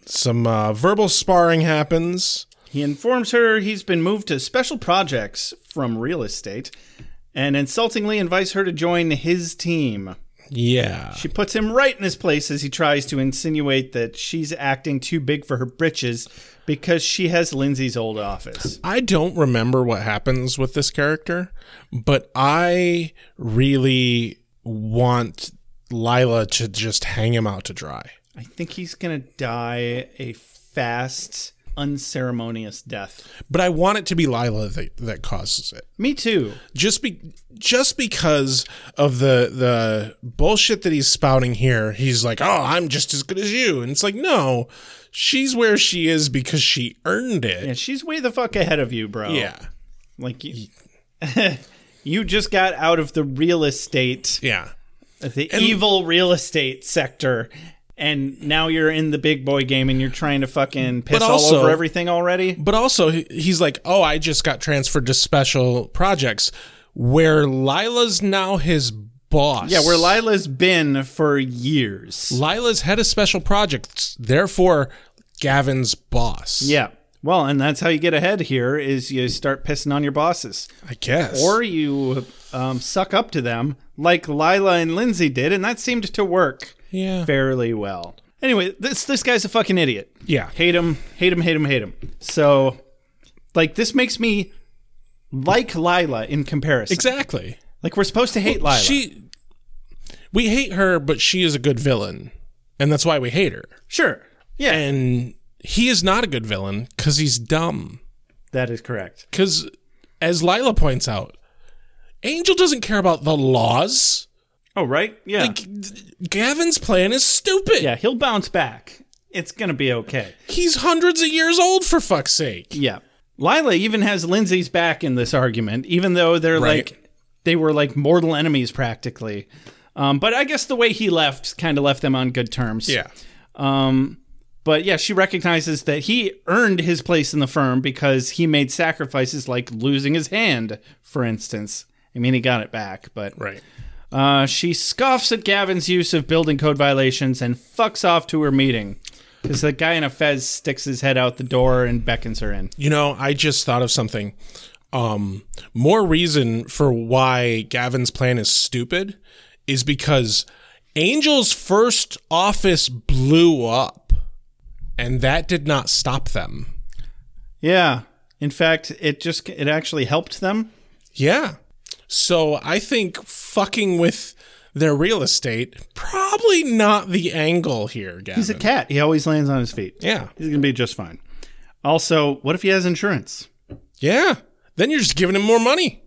[SPEAKER 7] Some uh, verbal sparring happens.
[SPEAKER 6] He informs her he's been moved to special projects from real estate and insultingly invites her to join his team.
[SPEAKER 7] Yeah.
[SPEAKER 6] She puts him right in his place as he tries to insinuate that she's acting too big for her britches because she has Lindsay's old office.
[SPEAKER 7] I don't remember what happens with this character, but I really want Lila to just hang him out to dry.
[SPEAKER 6] I think he's going to die a fast, unceremonious death.
[SPEAKER 7] But I want it to be Lila that, that causes it.
[SPEAKER 6] Me too.
[SPEAKER 7] Just be just because of the the bullshit that he's spouting here, he's like, "Oh, I'm just as good as you." And it's like, "No, she's where she is because she earned
[SPEAKER 6] Yeah,
[SPEAKER 7] it."
[SPEAKER 6] she's way the fuck ahead of you, bro.
[SPEAKER 7] Yeah.
[SPEAKER 6] Like [LAUGHS] you, you just got out of the real estate
[SPEAKER 7] Yeah.
[SPEAKER 6] the evil real estate sector and now you're in the big boy game and you're trying to fucking piss
[SPEAKER 7] also-
[SPEAKER 6] all over everything already
[SPEAKER 7] But also, he- he's like, "Oh, I just got transferred to special projects, where Lila's now his boss."
[SPEAKER 6] yeah where lila's been for years
[SPEAKER 7] Lila's head of special projects, therefore Gavin's boss.
[SPEAKER 6] yeah well and that's how you get ahead here is you start pissing on your bosses
[SPEAKER 7] I guess.
[SPEAKER 6] or you um, suck up to them like lila and lindsay did and that seemed to work
[SPEAKER 7] yeah,
[SPEAKER 6] fairly well anyway this this guy's a fucking idiot
[SPEAKER 7] yeah,
[SPEAKER 6] hate him, hate him, hate him, hate him. So, like, this makes me like Lila in comparison.
[SPEAKER 7] exactly.
[SPEAKER 6] Like, we're supposed to hate Lila.
[SPEAKER 7] She, we hate her, but she is a good villain, and that's why we hate her.
[SPEAKER 6] sure. Yeah.
[SPEAKER 7] And he is not a good villain because he's dumb.
[SPEAKER 6] that is correct.
[SPEAKER 7] Because, as Lila points out, Angel doesn't care about the laws.
[SPEAKER 6] Oh, right? Yeah.
[SPEAKER 7] Like, th- Gavin's plan is stupid.
[SPEAKER 6] yeah, he'll bounce back. It's going to be okay.
[SPEAKER 7] He's hundreds of years old, for fuck's sake.
[SPEAKER 6] Yeah. Lila even has Lindsay's back in this argument, even though they're
[SPEAKER 7] Right.
[SPEAKER 6] like, they were like mortal enemies practically. Um, but I guess the way he left kind of left them on good terms. Um, but yeah, she recognizes that he earned his place in the firm because he made sacrifices like losing his hand, for instance. I mean, he got it back, but
[SPEAKER 7] Right.
[SPEAKER 6] uh, she scoffs at Gavin's use of building code violations and fucks off to her meeting because the guy in a fez sticks his head out the door and beckons her in.
[SPEAKER 7] You know, I just thought of something. Um, more reason for why Gavin's plan is stupid is because Angel's first office blew up, and that did not stop them.
[SPEAKER 6] Yeah. In fact, it just it actually helped them.
[SPEAKER 7] Yeah. So I think fucking with their real estate probably not the angle here, Gavin.
[SPEAKER 6] He's a cat. He always lands on his feet.
[SPEAKER 7] yeah.
[SPEAKER 6] He's gonna be just fine. Also, what if he has insurance?
[SPEAKER 7] Yeah. Then you're just giving him more money.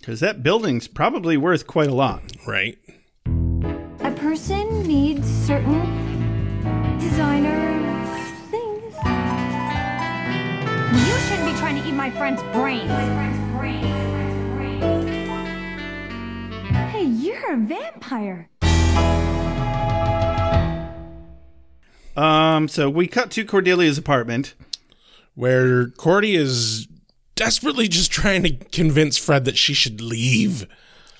[SPEAKER 6] Because that building's probably worth quite a lot.
[SPEAKER 7] Right.
[SPEAKER 1] A person needs certain designer things. You shouldn't be trying to eat my friend's brains. Hey, you're a vampire.
[SPEAKER 6] Um, so we cut to Cordelia's apartment.
[SPEAKER 7] Where Cordy is desperately just trying to convince Fred that she should leave.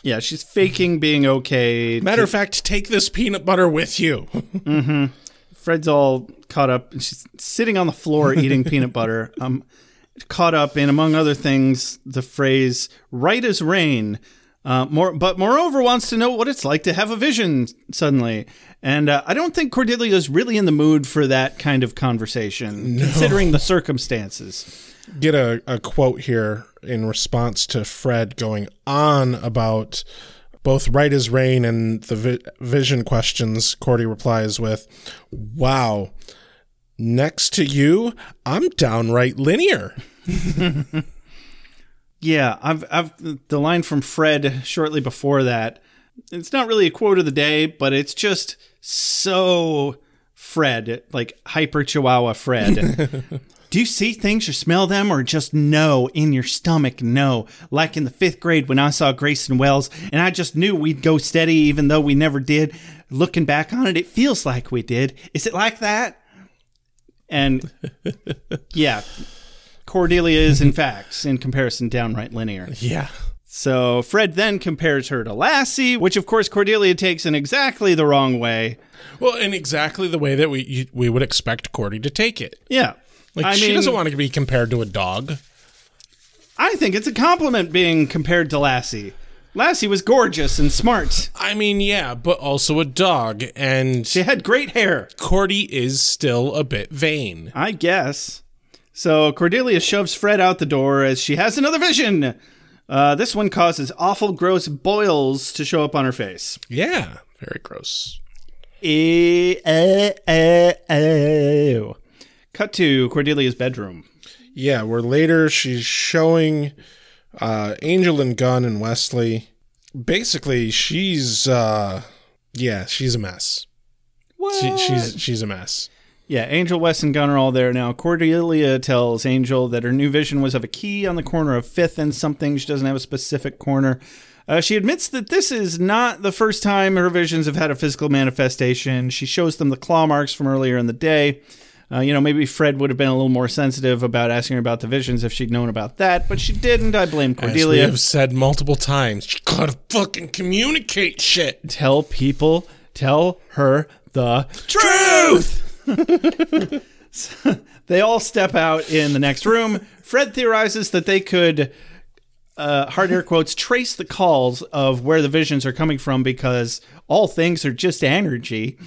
[SPEAKER 6] Yeah, she's faking being okay.
[SPEAKER 7] Matter of fact, take this peanut butter with you.
[SPEAKER 6] Fred's all caught up and she's sitting on the floor eating peanut butter. Um, caught up in, among other things, the phrase "right as rain." Uh, more, but moreover, wants to know what it's like to have a vision suddenly. And uh, I don't think Cordelia's really in the mood for that kind of conversation, considering the circumstances.
[SPEAKER 7] [LAUGHS] Get a, a quote here in response to Fred going on about both right as rain and the vi- vision questions. Cordy replies with, Wow, next to you, I'm downright linear.
[SPEAKER 6] Yeah, I've, I've the line from Fred shortly before that. It's not really a quote of the day, but it's just so Fred, like hyper Chihuahua Fred. Do you see things or smell them or just no in your stomach? No. Like in the fifth grade when I saw Grayson Wells and I just knew we'd go steady even though we never did. Looking back on it, it feels like we did. Is it like that? And yeah, Cordelia is,
[SPEAKER 7] [LAUGHS]
[SPEAKER 6] in fact, in comparison, downright linear.
[SPEAKER 7] [LAUGHS] Yeah.
[SPEAKER 6] So Fred then compares her to Lassie, which of course Cordelia takes in exactly the wrong way.
[SPEAKER 7] Well, in exactly the way that we you, we would expect Cordy to take it.
[SPEAKER 6] Yeah.
[SPEAKER 7] Like
[SPEAKER 6] I
[SPEAKER 7] she
[SPEAKER 6] mean,
[SPEAKER 7] doesn't want to be compared to a dog.
[SPEAKER 6] I think it's a compliment being compared to Lassie. Lassie was gorgeous and smart.
[SPEAKER 7] I mean, yeah, but also a dog, and
[SPEAKER 6] She had great hair.
[SPEAKER 7] Cordy is still a bit vain.
[SPEAKER 6] I guess. So Cordelia shoves Fred out the door as she has another vision. Uh, this one causes awful, gross boils to show up on her face.
[SPEAKER 7] Yeah, very gross.
[SPEAKER 6] E- eh, eh, ew. Cut to Cordelia's bedroom.
[SPEAKER 7] Yeah, where later she's showing uh, Angel and Gunn and Wesley. Basically, she's uh, yeah, she's a mess. She, she's she's a mess.
[SPEAKER 6] Yeah, Angel, West, and Gunn are all there now. Cordelia tells Angel that her new vision was of a key on the corner of Fifth and something. She doesn't have a specific corner. Uh, she admits that this is not the first time her visions have had a physical manifestation. She shows them the claw marks from earlier in the day. Uh, you know, maybe Fred would have been a little more sensitive about asking her about the visions if she'd known about that, but she didn't. I blame
[SPEAKER 7] As we
[SPEAKER 6] Cordelia.
[SPEAKER 7] have said multiple times, she gotta fucking communicate shit.
[SPEAKER 6] tell people, tell her the
[SPEAKER 7] Truth.
[SPEAKER 6] They all step out in the next room. Fred theorizes that they could, uh, hard air quotes, trace the calls of where the visions are coming from because all things are just energy.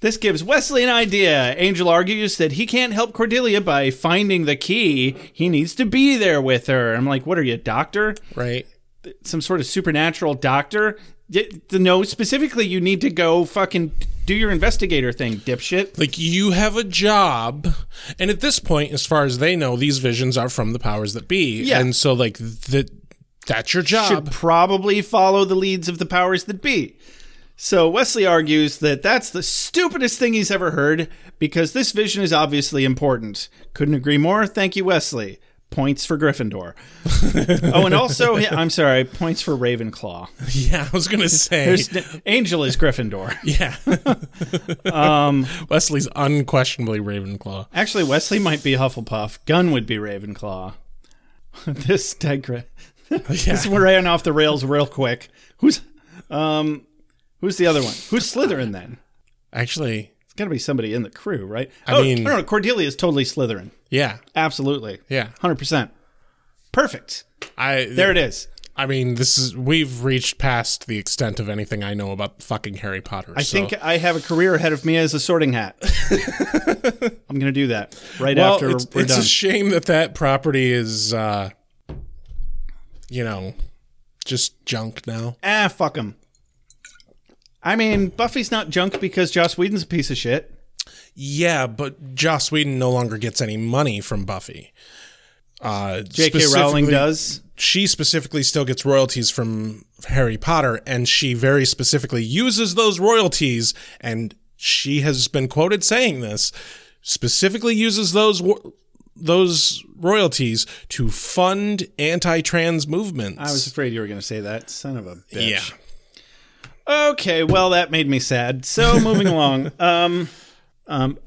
[SPEAKER 6] This gives Wesley an idea. Angel argues that he can't help Cordelia by finding the key. He needs to be there with her. I'm like, what are you, a doctor?
[SPEAKER 7] Right.
[SPEAKER 6] Some sort of supernatural doctor? Y- No, specifically, you need to go fucking do your investigator thing, dipshit.
[SPEAKER 7] Like you have a job, and at this point, as far as they know, these visions are from the powers that be,
[SPEAKER 6] Yeah.
[SPEAKER 7] and so like the That's your
[SPEAKER 6] should
[SPEAKER 7] job.
[SPEAKER 6] probably follow the leads of the powers that be. So Wesley argues that that's the stupidest thing he's ever heard because this vision is obviously important. Couldn't agree more. Thank you, Wesley. Points for Gryffindor. oh, and also, I'm sorry, points for Ravenclaw.
[SPEAKER 7] [LAUGHS] yeah, I was gonna say.
[SPEAKER 6] [LAUGHS] Angel is Gryffindor.
[SPEAKER 7] yeah. [LAUGHS]
[SPEAKER 6] Um,
[SPEAKER 7] Wesley's unquestionably Ravenclaw.
[SPEAKER 6] Actually, Wesley might be Hufflepuff. Gunn would be Ravenclaw. [LAUGHS] this digress. this ran off the rails real quick. Who's um who's the other one? Who's Slytherin then?
[SPEAKER 7] Actually,
[SPEAKER 6] It's gotta be somebody in the crew, right?
[SPEAKER 7] I
[SPEAKER 6] oh,
[SPEAKER 7] mean-
[SPEAKER 6] no, no, Cordelia is totally Slytherin.
[SPEAKER 7] yeah,
[SPEAKER 6] Absolutely.
[SPEAKER 7] Yeah.
[SPEAKER 6] Hundred percent. Perfect.
[SPEAKER 7] I
[SPEAKER 6] There it is.
[SPEAKER 7] I mean, this is we've reached past the extent of anything I know about fucking Harry Potter.
[SPEAKER 6] I think I have a career ahead of me as a sorting [LAUGHS] hat. I'm gonna do that right
[SPEAKER 7] well,
[SPEAKER 6] after
[SPEAKER 7] it's,
[SPEAKER 6] we're
[SPEAKER 7] it's
[SPEAKER 6] done.
[SPEAKER 7] a shame that that property is, uh, you know, just junk now.
[SPEAKER 6] ah, fuck him. I mean, Buffy's not junk because Joss Whedon's a piece of shit.
[SPEAKER 7] Yeah, but Joss Whedon no longer gets any money from Buffy. Uh,
[SPEAKER 6] J.K. Rowling
[SPEAKER 7] specifically-
[SPEAKER 6] does.
[SPEAKER 7] She specifically still gets royalties from Harry Potter, and she very specifically uses those royalties. And she has been quoted saying this specifically uses those wo- those royalties to fund anti-trans movements.
[SPEAKER 6] I was afraid you were going to say that. Son of a bitch.
[SPEAKER 7] yeah.
[SPEAKER 6] Okay, well, that made me
[SPEAKER 7] [LAUGHS]
[SPEAKER 6] sad. So moving along. Um, um,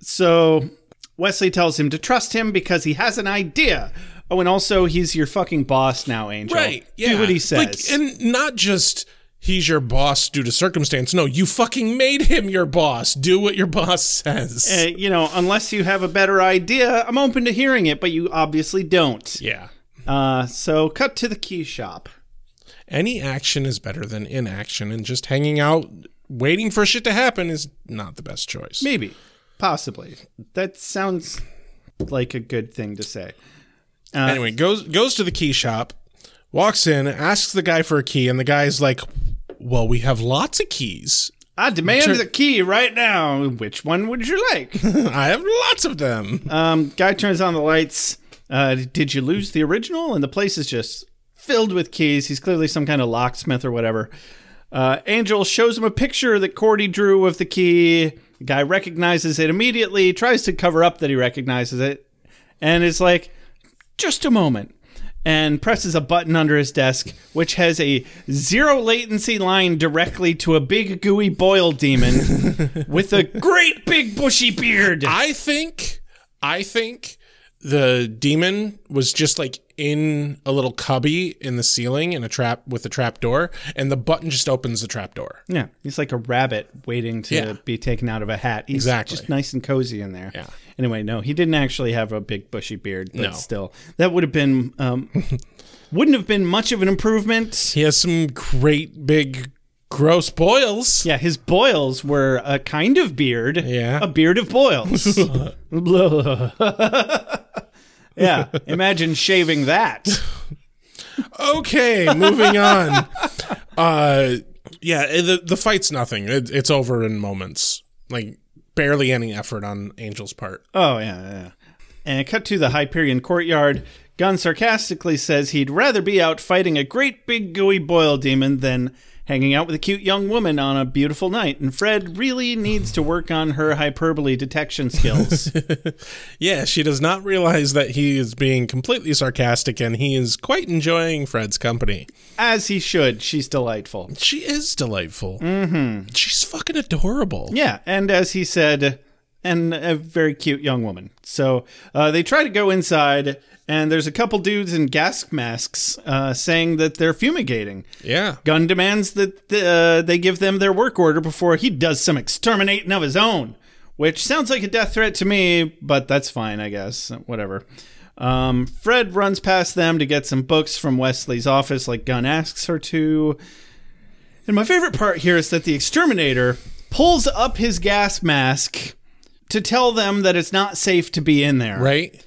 [SPEAKER 6] so Wesley tells him to trust him because he has an idea. Oh, and also he's your fucking boss now, Angel.
[SPEAKER 7] Right. Yeah.
[SPEAKER 6] Do what he says.
[SPEAKER 7] Like, and not just he's your boss due to circumstance. No, you fucking made him your boss. Do what your [LAUGHS] boss says.
[SPEAKER 6] Uh, you know, unless you have a better idea, I'm open to hearing it, but you obviously don't.
[SPEAKER 7] yeah.
[SPEAKER 6] Uh, so cut to the key shop.
[SPEAKER 7] Any action is better than inaction, and just hanging out waiting for shit to happen is not the best choice.
[SPEAKER 6] Maybe. Possibly. That sounds like a good thing to say.
[SPEAKER 7] anyway, goes goes to the key shop, walks in, asks the guy for a key, and the guy's like, "Well, we have lots of keys. [LAUGHS]
[SPEAKER 6] I demand
[SPEAKER 7] Tur-
[SPEAKER 6] the key right now. Which one would you
[SPEAKER 7] [LAUGHS]
[SPEAKER 6] like?
[SPEAKER 7] I have lots of them."
[SPEAKER 6] Guy turns on the lights. Uh, did you lose the original? And the place is just filled with keys. He's clearly some kind of locksmith or whatever. Uh, Angel shows him a picture that Cordy drew of the key. The guy recognizes it immediately, tries to cover up that he recognizes it, and is like, just a moment. And presses a button under his desk, which has a zero latency line directly to a big gooey boil demon with a great big bushy beard.
[SPEAKER 7] I think I think the demon was just like in a little cubby in the ceiling in a trap with a trap door and the button just opens the trap door.
[SPEAKER 6] Yeah, he's like a rabbit waiting to
[SPEAKER 7] Yeah.
[SPEAKER 6] be taken out of a hat. He's
[SPEAKER 7] Exactly.
[SPEAKER 6] just nice and cozy in there.
[SPEAKER 7] Yeah.
[SPEAKER 6] Anyway, no, he didn't actually have a big bushy beard, but
[SPEAKER 7] No.
[SPEAKER 6] still, that would have been
[SPEAKER 7] [LAUGHS]
[SPEAKER 6] um, wouldn't have been much of an improvement.
[SPEAKER 7] He has some great big gross boils.
[SPEAKER 6] Yeah, his boils were a kind of beard.
[SPEAKER 7] Yeah.
[SPEAKER 6] a beard
[SPEAKER 7] [LAUGHS]
[SPEAKER 6] of boils. [LAUGHS] yeah, imagine shaving that.
[SPEAKER 7] Okay, [LAUGHS] moving on. Uh yeah, eh, the the fight's nothing. It, it's over in moments. Like barely any effort on Angel's part.
[SPEAKER 6] Oh yeah, yeah. And cut to the Hyperion courtyard. Gunn sarcastically says he'd rather be out fighting a great big gooey boil demon than hanging out with a cute young woman on a beautiful night. And Fred really needs to work on her hyperbole detection skills.
[SPEAKER 7] Yeah, she does not realize that he is being completely sarcastic and he is quite enjoying Fred's company.
[SPEAKER 6] As he should. She's delightful.
[SPEAKER 7] She is delightful. Mm-hmm. She's fucking adorable.
[SPEAKER 6] Yeah, and as he said, and a very cute young woman. So uh, they try to go inside, and there's a couple dudes in gas masks uh, saying that they're fumigating.
[SPEAKER 7] Yeah.
[SPEAKER 6] Gunn demands that uh, they give them their work order before he does some exterminating of his own, which sounds like a death threat to me, but that's fine, I guess. Whatever. Um, Fred runs past them to get some books from Wesley's office, like Gunn asks her to. And my favorite part here is that the exterminator pulls up his gas mask to tell them that it's not safe to be in there.
[SPEAKER 7] Right?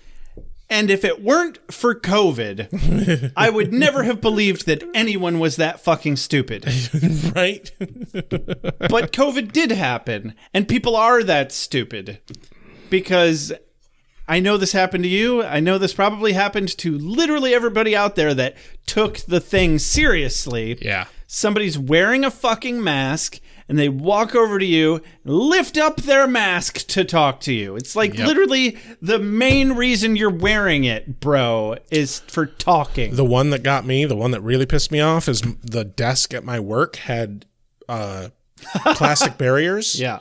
[SPEAKER 6] And if it weren't for COVID, I would never have believed that anyone was that fucking stupid.
[SPEAKER 7] Right? [LAUGHS]
[SPEAKER 6] But COVID did happen, and people are that stupid because I know this happened to you. I know this probably happened to literally everybody out there that took the thing seriously.
[SPEAKER 7] Yeah.
[SPEAKER 6] Somebody's wearing a fucking mask and they walk over to you, lift up their mask to talk to you. It's like
[SPEAKER 7] Yep.
[SPEAKER 6] literally the main reason you're wearing it, bro, is for talking.
[SPEAKER 7] The one that got me, the one that really pissed me off, is the desk at my work had uh, plastic barriers.
[SPEAKER 6] yeah.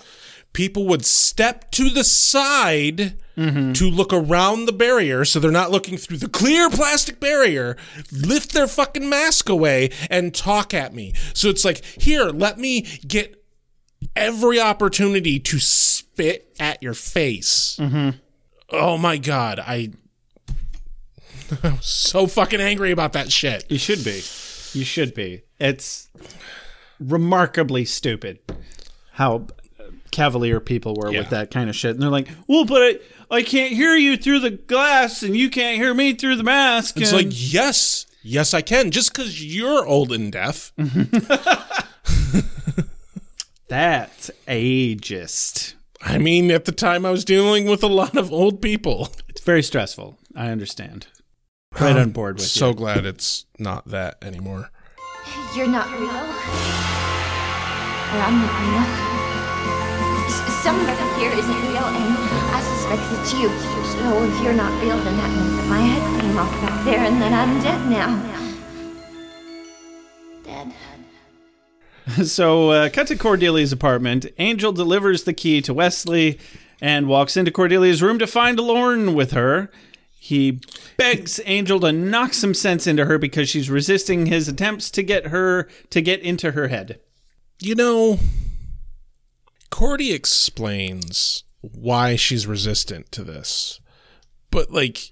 [SPEAKER 7] People would step to the side to look around the barrier so they're not looking through the clear plastic barrier, lift their fucking mask away, and talk at me. So it's like, here, let me get every opportunity to spit at your face. Oh my God. I. [LAUGHS] I was so fucking angry about that shit.
[SPEAKER 6] You should be. You should be. It's remarkably stupid how cavalier people were
[SPEAKER 7] Yeah.
[SPEAKER 6] with that kind of shit. And they're like, well, but I, I can't hear you through the glass and you can't hear me through the mask.
[SPEAKER 7] It's
[SPEAKER 6] and-
[SPEAKER 7] like, yes, yes, I can. Just because you're old and deaf.
[SPEAKER 6] that's ageist.
[SPEAKER 7] I mean, at the time, I was dealing with a lot of old people. Um,
[SPEAKER 6] It's very stressful. I understand. Right on board with
[SPEAKER 7] so
[SPEAKER 6] you.
[SPEAKER 7] glad it's not that anymore.
[SPEAKER 8] You're not real. Or I'm not real. S- Someone here isn't real, and I suspect it's you. So if you're not real, then that means that my head came off back there and that I'm dead now. Dead.
[SPEAKER 6] [LAUGHS] So, uh, cut to Cordelia's apartment. Angel delivers the key to Wesley and walks into Cordelia's room to find Lorne with her. He begs Angel to knock some sense into her because she's resisting his attempts to get her to get into her head.
[SPEAKER 7] You know, Cordy explains why she's resistant to this, but like,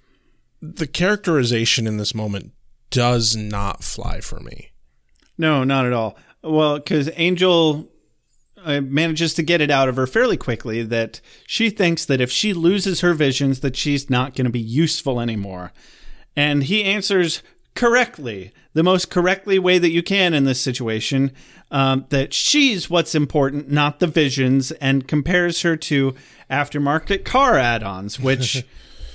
[SPEAKER 7] the characterization in this moment does not fly for me.
[SPEAKER 6] No, not at all. Well, because Angel uh, manages to get it out of her fairly quickly that she thinks that if she loses her visions, that she's not going to be useful anymore. And he answers correctly, the most correctly way that you can in this situation, um, that she's what's important, not the visions, and compares her to aftermarket car add-ons, which.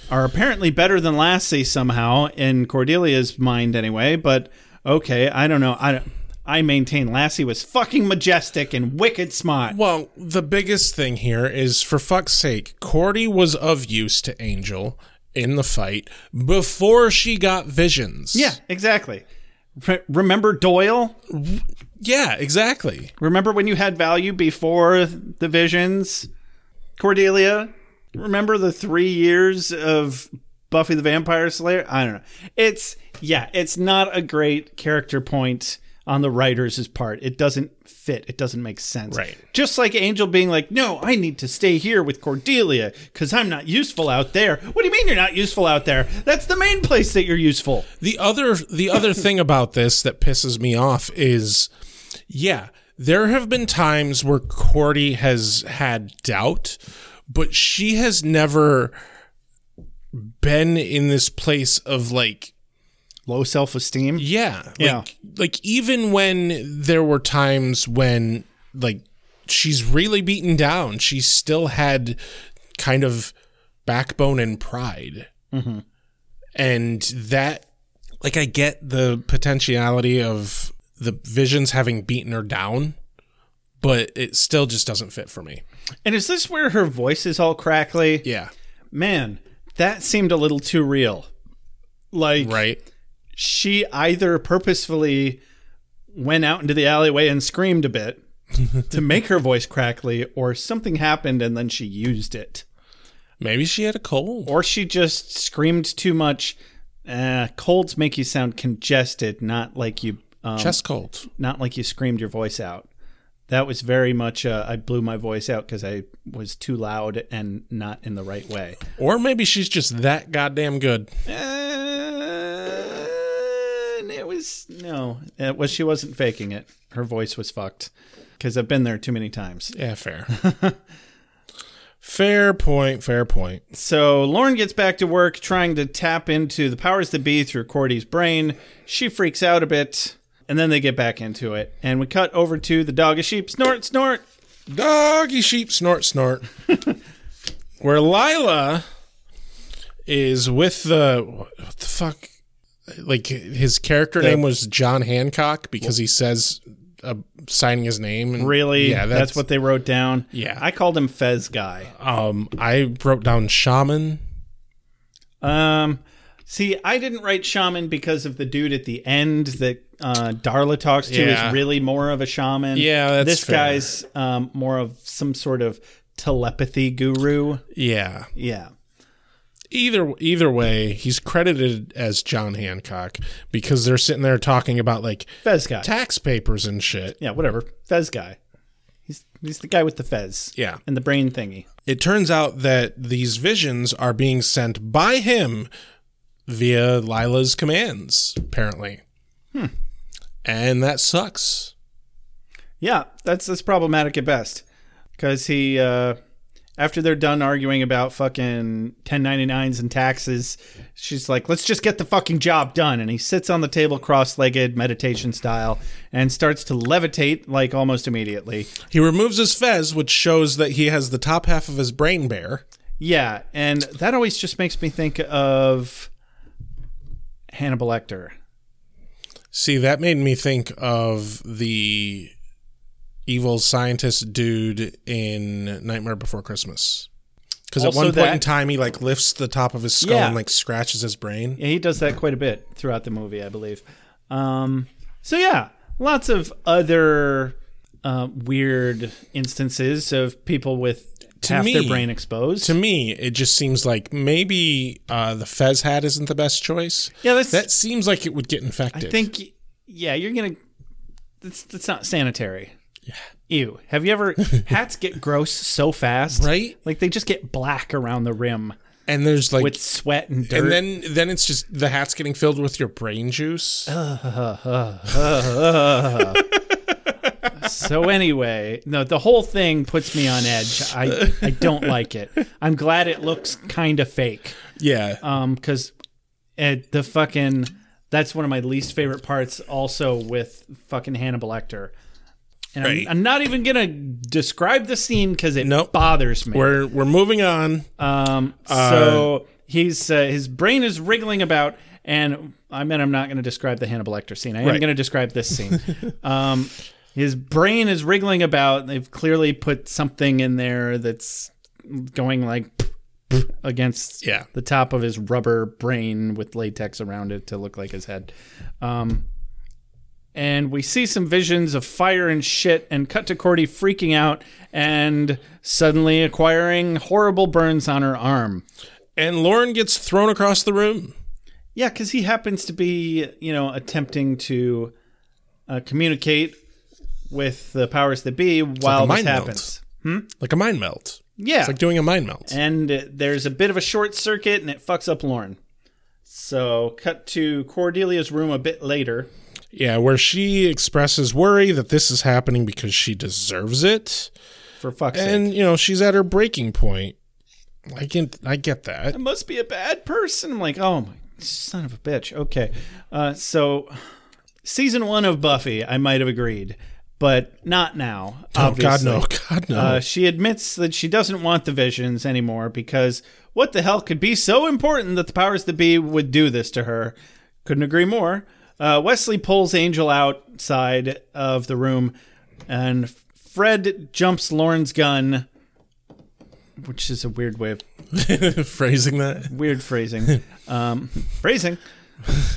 [SPEAKER 6] are apparently better than Lassie somehow in Cordelia's mind anyway. But okay, I don't know. I I maintain Lassie was fucking majestic and wicked smart.
[SPEAKER 7] Well, the biggest thing here is for fuck's sake, Cordy was of use to Angel in the fight before she got visions.
[SPEAKER 6] Yeah, exactly. Re- remember Doyle?
[SPEAKER 7] Yeah, exactly.
[SPEAKER 6] Remember when you had value before the visions? Cordelia, remember the three years of Buffy the Vampire Slayer? I don't know. It's, yeah, it's not a great character point on the writer's part. It doesn't fit, it doesn't make sense.
[SPEAKER 7] Right.
[SPEAKER 6] Just like Angel being like, no, I need to stay here with Cordelia because I'm not useful out there. What do you mean you're not useful out there? That's the main place that you're useful.
[SPEAKER 7] The other the other thing about this that pisses me off is yeah, there have been times where Cordy has had doubt, but she has never been in this place of like
[SPEAKER 6] Low self esteem.
[SPEAKER 7] Yeah. Like,
[SPEAKER 6] Yeah.
[SPEAKER 7] Like even when there were times when like she's really beaten down, she still had kind of backbone and pride.
[SPEAKER 6] Mm-hmm.
[SPEAKER 7] And that, like, I get the potentiality of the visions having beaten her down, but it still just doesn't fit for me.
[SPEAKER 6] And is this where her voice is all crackly?
[SPEAKER 7] Yeah.
[SPEAKER 6] man, that seemed a little too real. Like
[SPEAKER 7] Right.
[SPEAKER 6] she either purposefully went out into the alleyway and screamed a bit to make her voice crackly, or something happened and then she used it,
[SPEAKER 7] Maybe she had a cold.
[SPEAKER 6] or she just screamed too much. Uh, colds make you sound congested, not like you, um,
[SPEAKER 7] Chest cold.
[SPEAKER 6] not like you screamed your voice out. That was very much. Uh, I blew my voice out because I was too loud and not in the right way.
[SPEAKER 7] Or maybe she's just that goddamn good.
[SPEAKER 6] And it was no, it was she wasn't faking it. Her voice was fucked because I've been there too many times.
[SPEAKER 7] Yeah, fair. [LAUGHS] fair point, fair point.
[SPEAKER 6] So Lauren gets back to work trying to tap into the powers that be through Cordy's brain. She freaks out a bit, and then they get back into it. And we cut over to the dog of sheep snort snort. [LAUGHS]
[SPEAKER 7] Doggy sheep snort snort. Where Lila is with the what the fuck like his character name was John Hancock because he says uh, signing his name and,
[SPEAKER 6] Really?
[SPEAKER 7] yeah
[SPEAKER 6] that's, what they wrote down.
[SPEAKER 7] Yeah.
[SPEAKER 6] I called him Fez guy.
[SPEAKER 7] um I wrote down shaman
[SPEAKER 6] Um, see, I didn't write shaman because of the dude at the end that uh, Darla talks to
[SPEAKER 7] Yeah.
[SPEAKER 6] is really more of a shaman.
[SPEAKER 7] Yeah, that's
[SPEAKER 6] this
[SPEAKER 7] fair.
[SPEAKER 6] guy's um, more of some sort of telepathy guru.
[SPEAKER 7] yeah
[SPEAKER 6] Yeah.
[SPEAKER 7] either either way he's credited as John Hancock because they're sitting there talking about like
[SPEAKER 6] Fez guy.
[SPEAKER 7] tax papers and shit
[SPEAKER 6] yeah, whatever. Fez guy. He's he's the guy with the fez.
[SPEAKER 7] Yeah.
[SPEAKER 6] And the brain thingy.
[SPEAKER 7] it turns out that these visions are being sent by him via Lila's commands, apparently.
[SPEAKER 6] Hmm.
[SPEAKER 7] And that sucks.
[SPEAKER 6] Yeah, that's that's problematic at best. Cause he uh after they're done arguing about fucking 1099s and taxes, she's like, let's just get the fucking job done. And he sits on the table cross legged, meditation style, and starts to levitate like almost immediately.
[SPEAKER 7] He removes his fez, which shows that he has the top half of his brain bare.
[SPEAKER 6] Yeah, and that always just makes me think of Hannibal Lecter.
[SPEAKER 7] See, that made me think of the evil scientist dude in Nightmare Before Christmas. Because at
[SPEAKER 6] Also
[SPEAKER 7] one point
[SPEAKER 6] that-
[SPEAKER 7] in time, he like lifts the top of his skull
[SPEAKER 6] Yeah.
[SPEAKER 7] and like scratches his brain.
[SPEAKER 6] Yeah, he does that quite a bit throughout the movie, I believe. Um, so yeah, lots of other uh, weird instances of people with half their
[SPEAKER 7] me-
[SPEAKER 6] brain exposed.
[SPEAKER 7] to me, it just seems like maybe uh, the fez hat isn't the best choice.
[SPEAKER 6] Yeah, that's-
[SPEAKER 7] that seems like it would get
[SPEAKER 6] I
[SPEAKER 7] infected.
[SPEAKER 6] think, yeah, you're gonna. That's that's not sanitary. Yeah. Ew. Have you
[SPEAKER 7] [LAUGHS]
[SPEAKER 6] ever hats get gross so fast?
[SPEAKER 7] Right?
[SPEAKER 6] Like they just get black around the rim
[SPEAKER 7] and there's like,
[SPEAKER 6] with sweat and dirt.
[SPEAKER 7] and then then it's just the hat's getting filled with your brain juice.
[SPEAKER 6] Uh, So anyway, no, the whole thing puts me on edge. I, I don't
[SPEAKER 7] [LAUGHS]
[SPEAKER 6] like it. I'm glad it looks kind of fake.
[SPEAKER 7] yeah,
[SPEAKER 6] Um, because it, the fucking that's one of my least favorite parts. Also with fucking Hannibal Lecter. And I'm-
[SPEAKER 7] Right.
[SPEAKER 6] I'm, not even gonna describe the scene because it
[SPEAKER 7] Nope.
[SPEAKER 6] bothers me.
[SPEAKER 7] we're uh, we're moving on.
[SPEAKER 6] Um, so he's uh, his brain is wriggling about, and I mean I'm not going to describe the Hannibal Lecter scene. I am
[SPEAKER 7] Right.
[SPEAKER 6] going to describe this
[SPEAKER 7] [LAUGHS]
[SPEAKER 6] scene. um, his brain is wriggling about. They've clearly put something in there that's going like against
[SPEAKER 7] Yeah.
[SPEAKER 6] the top of his rubber brain with latex around it to look like his head. Um, and we see some visions of fire and shit and cut to Cordy freaking out and suddenly acquiring horrible burns on her arm.
[SPEAKER 7] and Lauren gets thrown across the room.
[SPEAKER 6] Yeah, because he happens to be, you know, attempting to uh, communicate with the powers that be while
[SPEAKER 7] like a mind
[SPEAKER 6] this
[SPEAKER 7] meld.
[SPEAKER 6] happens.
[SPEAKER 7] Like a mind melt.
[SPEAKER 6] Yeah.
[SPEAKER 7] It's like doing a mind melt.
[SPEAKER 6] and uh, there's a bit of a short circuit and it fucks up Lauren. So, cut to Cordelia's room a bit later.
[SPEAKER 7] yeah, where she expresses worry that this is happening because she deserves it.
[SPEAKER 6] For fuck's sake.
[SPEAKER 7] And you know, she's at her breaking point. I can I get that.
[SPEAKER 6] I must be a bad person. I'm like, oh my son of a bitch. Okay. Uh, so season one of Buffy, I might have agreed, but not now.
[SPEAKER 7] Oh God,
[SPEAKER 6] obviously.
[SPEAKER 7] no! God, no!
[SPEAKER 6] Uh, she admits that she doesn't want the visions anymore because what the hell could be so important that the powers that be would do this to her? Couldn't agree more. Uh, Wesley pulls Angel outside of the room, and Fred jumps Lauren's gun, which is a weird way of
[SPEAKER 7] [LAUGHS] Phrasing that.
[SPEAKER 6] weird phrasing. Um, phrasing.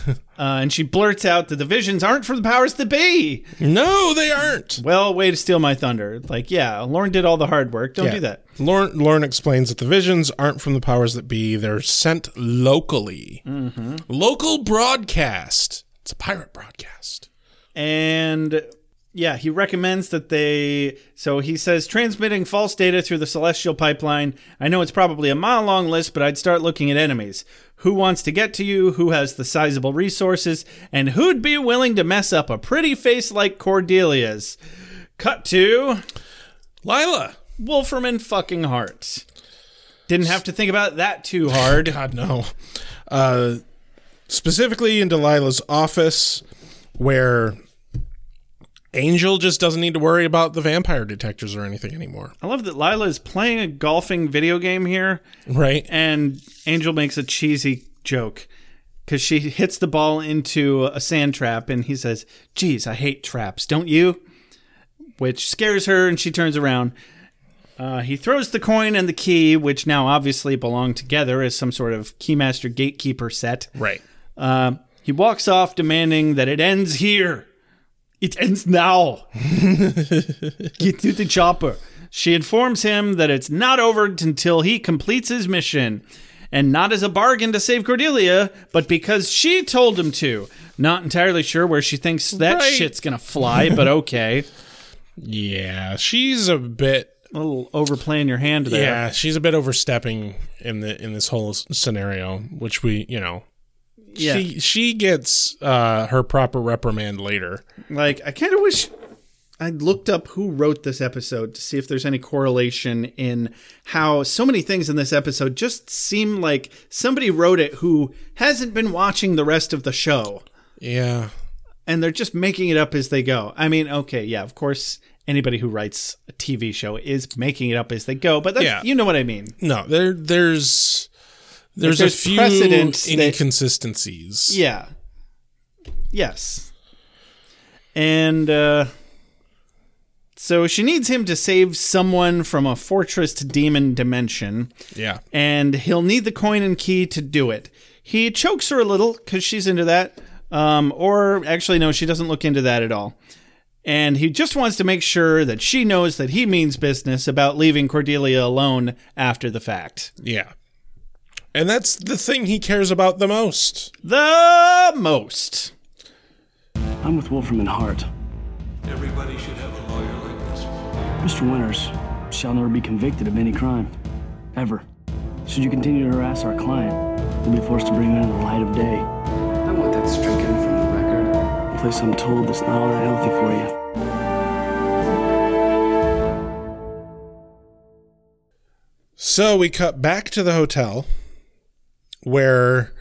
[SPEAKER 6] Uh, and she blurts out that the visions aren't for the powers that be.
[SPEAKER 7] No, they aren't.
[SPEAKER 6] Well, way to steal my thunder. Like, yeah, Lauren did all the hard work. Don't do that.
[SPEAKER 7] Lauren, Lauren explains that the visions aren't from the powers that be. They're sent locally. Local broadcast. It's a pirate broadcast.
[SPEAKER 6] And yeah, he recommends that they. So he says transmitting false data through the celestial pipeline. I know it's probably a mile long list, but I'd start looking at enemies. Who wants to get to you? Who has the sizable resources? And who'd be willing to mess up a pretty face like Cordelia's? Cut to
[SPEAKER 7] Lila.
[SPEAKER 6] Wolferman fucking Hart. Didn't have to think about that too hard.
[SPEAKER 7] God, no. Uh, specifically in Delilah's office, where Angel just doesn't need to worry about the vampire detectors or anything anymore,
[SPEAKER 6] I love that Lila is playing a golfing video game here,
[SPEAKER 7] right?
[SPEAKER 6] and Angel makes a cheesy joke because she hits the ball into a sand trap, and he says, Geez, I hate traps, don't you? Which scares her, and she turns around. Uh, he throws the coin and the key, which now obviously belong together as some sort of keymaster gatekeeper set.
[SPEAKER 7] Right.
[SPEAKER 6] Uh, he walks off, demanding that it ends here. It ends [LAUGHS] now. Get to the chopper. She informs him that it's not over until he completes his mission, and not as a bargain to save Cordelia, but because she told him to. Not entirely sure where she thinks that
[SPEAKER 7] Right.
[SPEAKER 6] shit's gonna fly, but okay.
[SPEAKER 7] Yeah, she's a bit
[SPEAKER 6] [LAUGHS] A little overplaying your hand there.
[SPEAKER 7] Yeah, she's a bit overstepping in the in this whole s- scenario, which we, you know,
[SPEAKER 6] Yeah.
[SPEAKER 7] she she gets uh, her proper reprimand later.
[SPEAKER 6] Like, I kind of wish I looked up who wrote this episode to see if there's any correlation in how so many things in this episode just seem like somebody wrote it who hasn't been watching the rest of the show
[SPEAKER 7] Yeah,
[SPEAKER 6] and they're just making it up as they go. I mean, okay, yeah, of course. Anybody who writes a TV show is making it up as they go, but that's,
[SPEAKER 7] Yeah.
[SPEAKER 6] you know what I mean.
[SPEAKER 7] no, there there's there's,
[SPEAKER 6] there's
[SPEAKER 7] a few
[SPEAKER 6] precedent that-
[SPEAKER 7] inconsistencies.
[SPEAKER 6] Yeah. Yes. And uh, so she needs him to save someone from a fortress demon dimension,
[SPEAKER 7] yeah,
[SPEAKER 6] and he'll need the coin and key to do it. He chokes her a little because she's into that. Um, or actually, no, she doesn't look into that at all. And he just wants to make sure that she knows that he means business about leaving Cordelia alone after the fact.
[SPEAKER 7] yeah. And that's the thing he cares about the most.
[SPEAKER 6] The most.
[SPEAKER 5] I'm with Wolferman Hart.
[SPEAKER 9] Everybody should have a lawyer like this.
[SPEAKER 5] Mr. Winters shall never be convicted of any crime. Ever. Should you continue to harass our client, we'll be forced to bring her into the light of day. I want that stricken from the record. A place I'm told that's not all that healthy for you.
[SPEAKER 7] So we cut back to the hotel where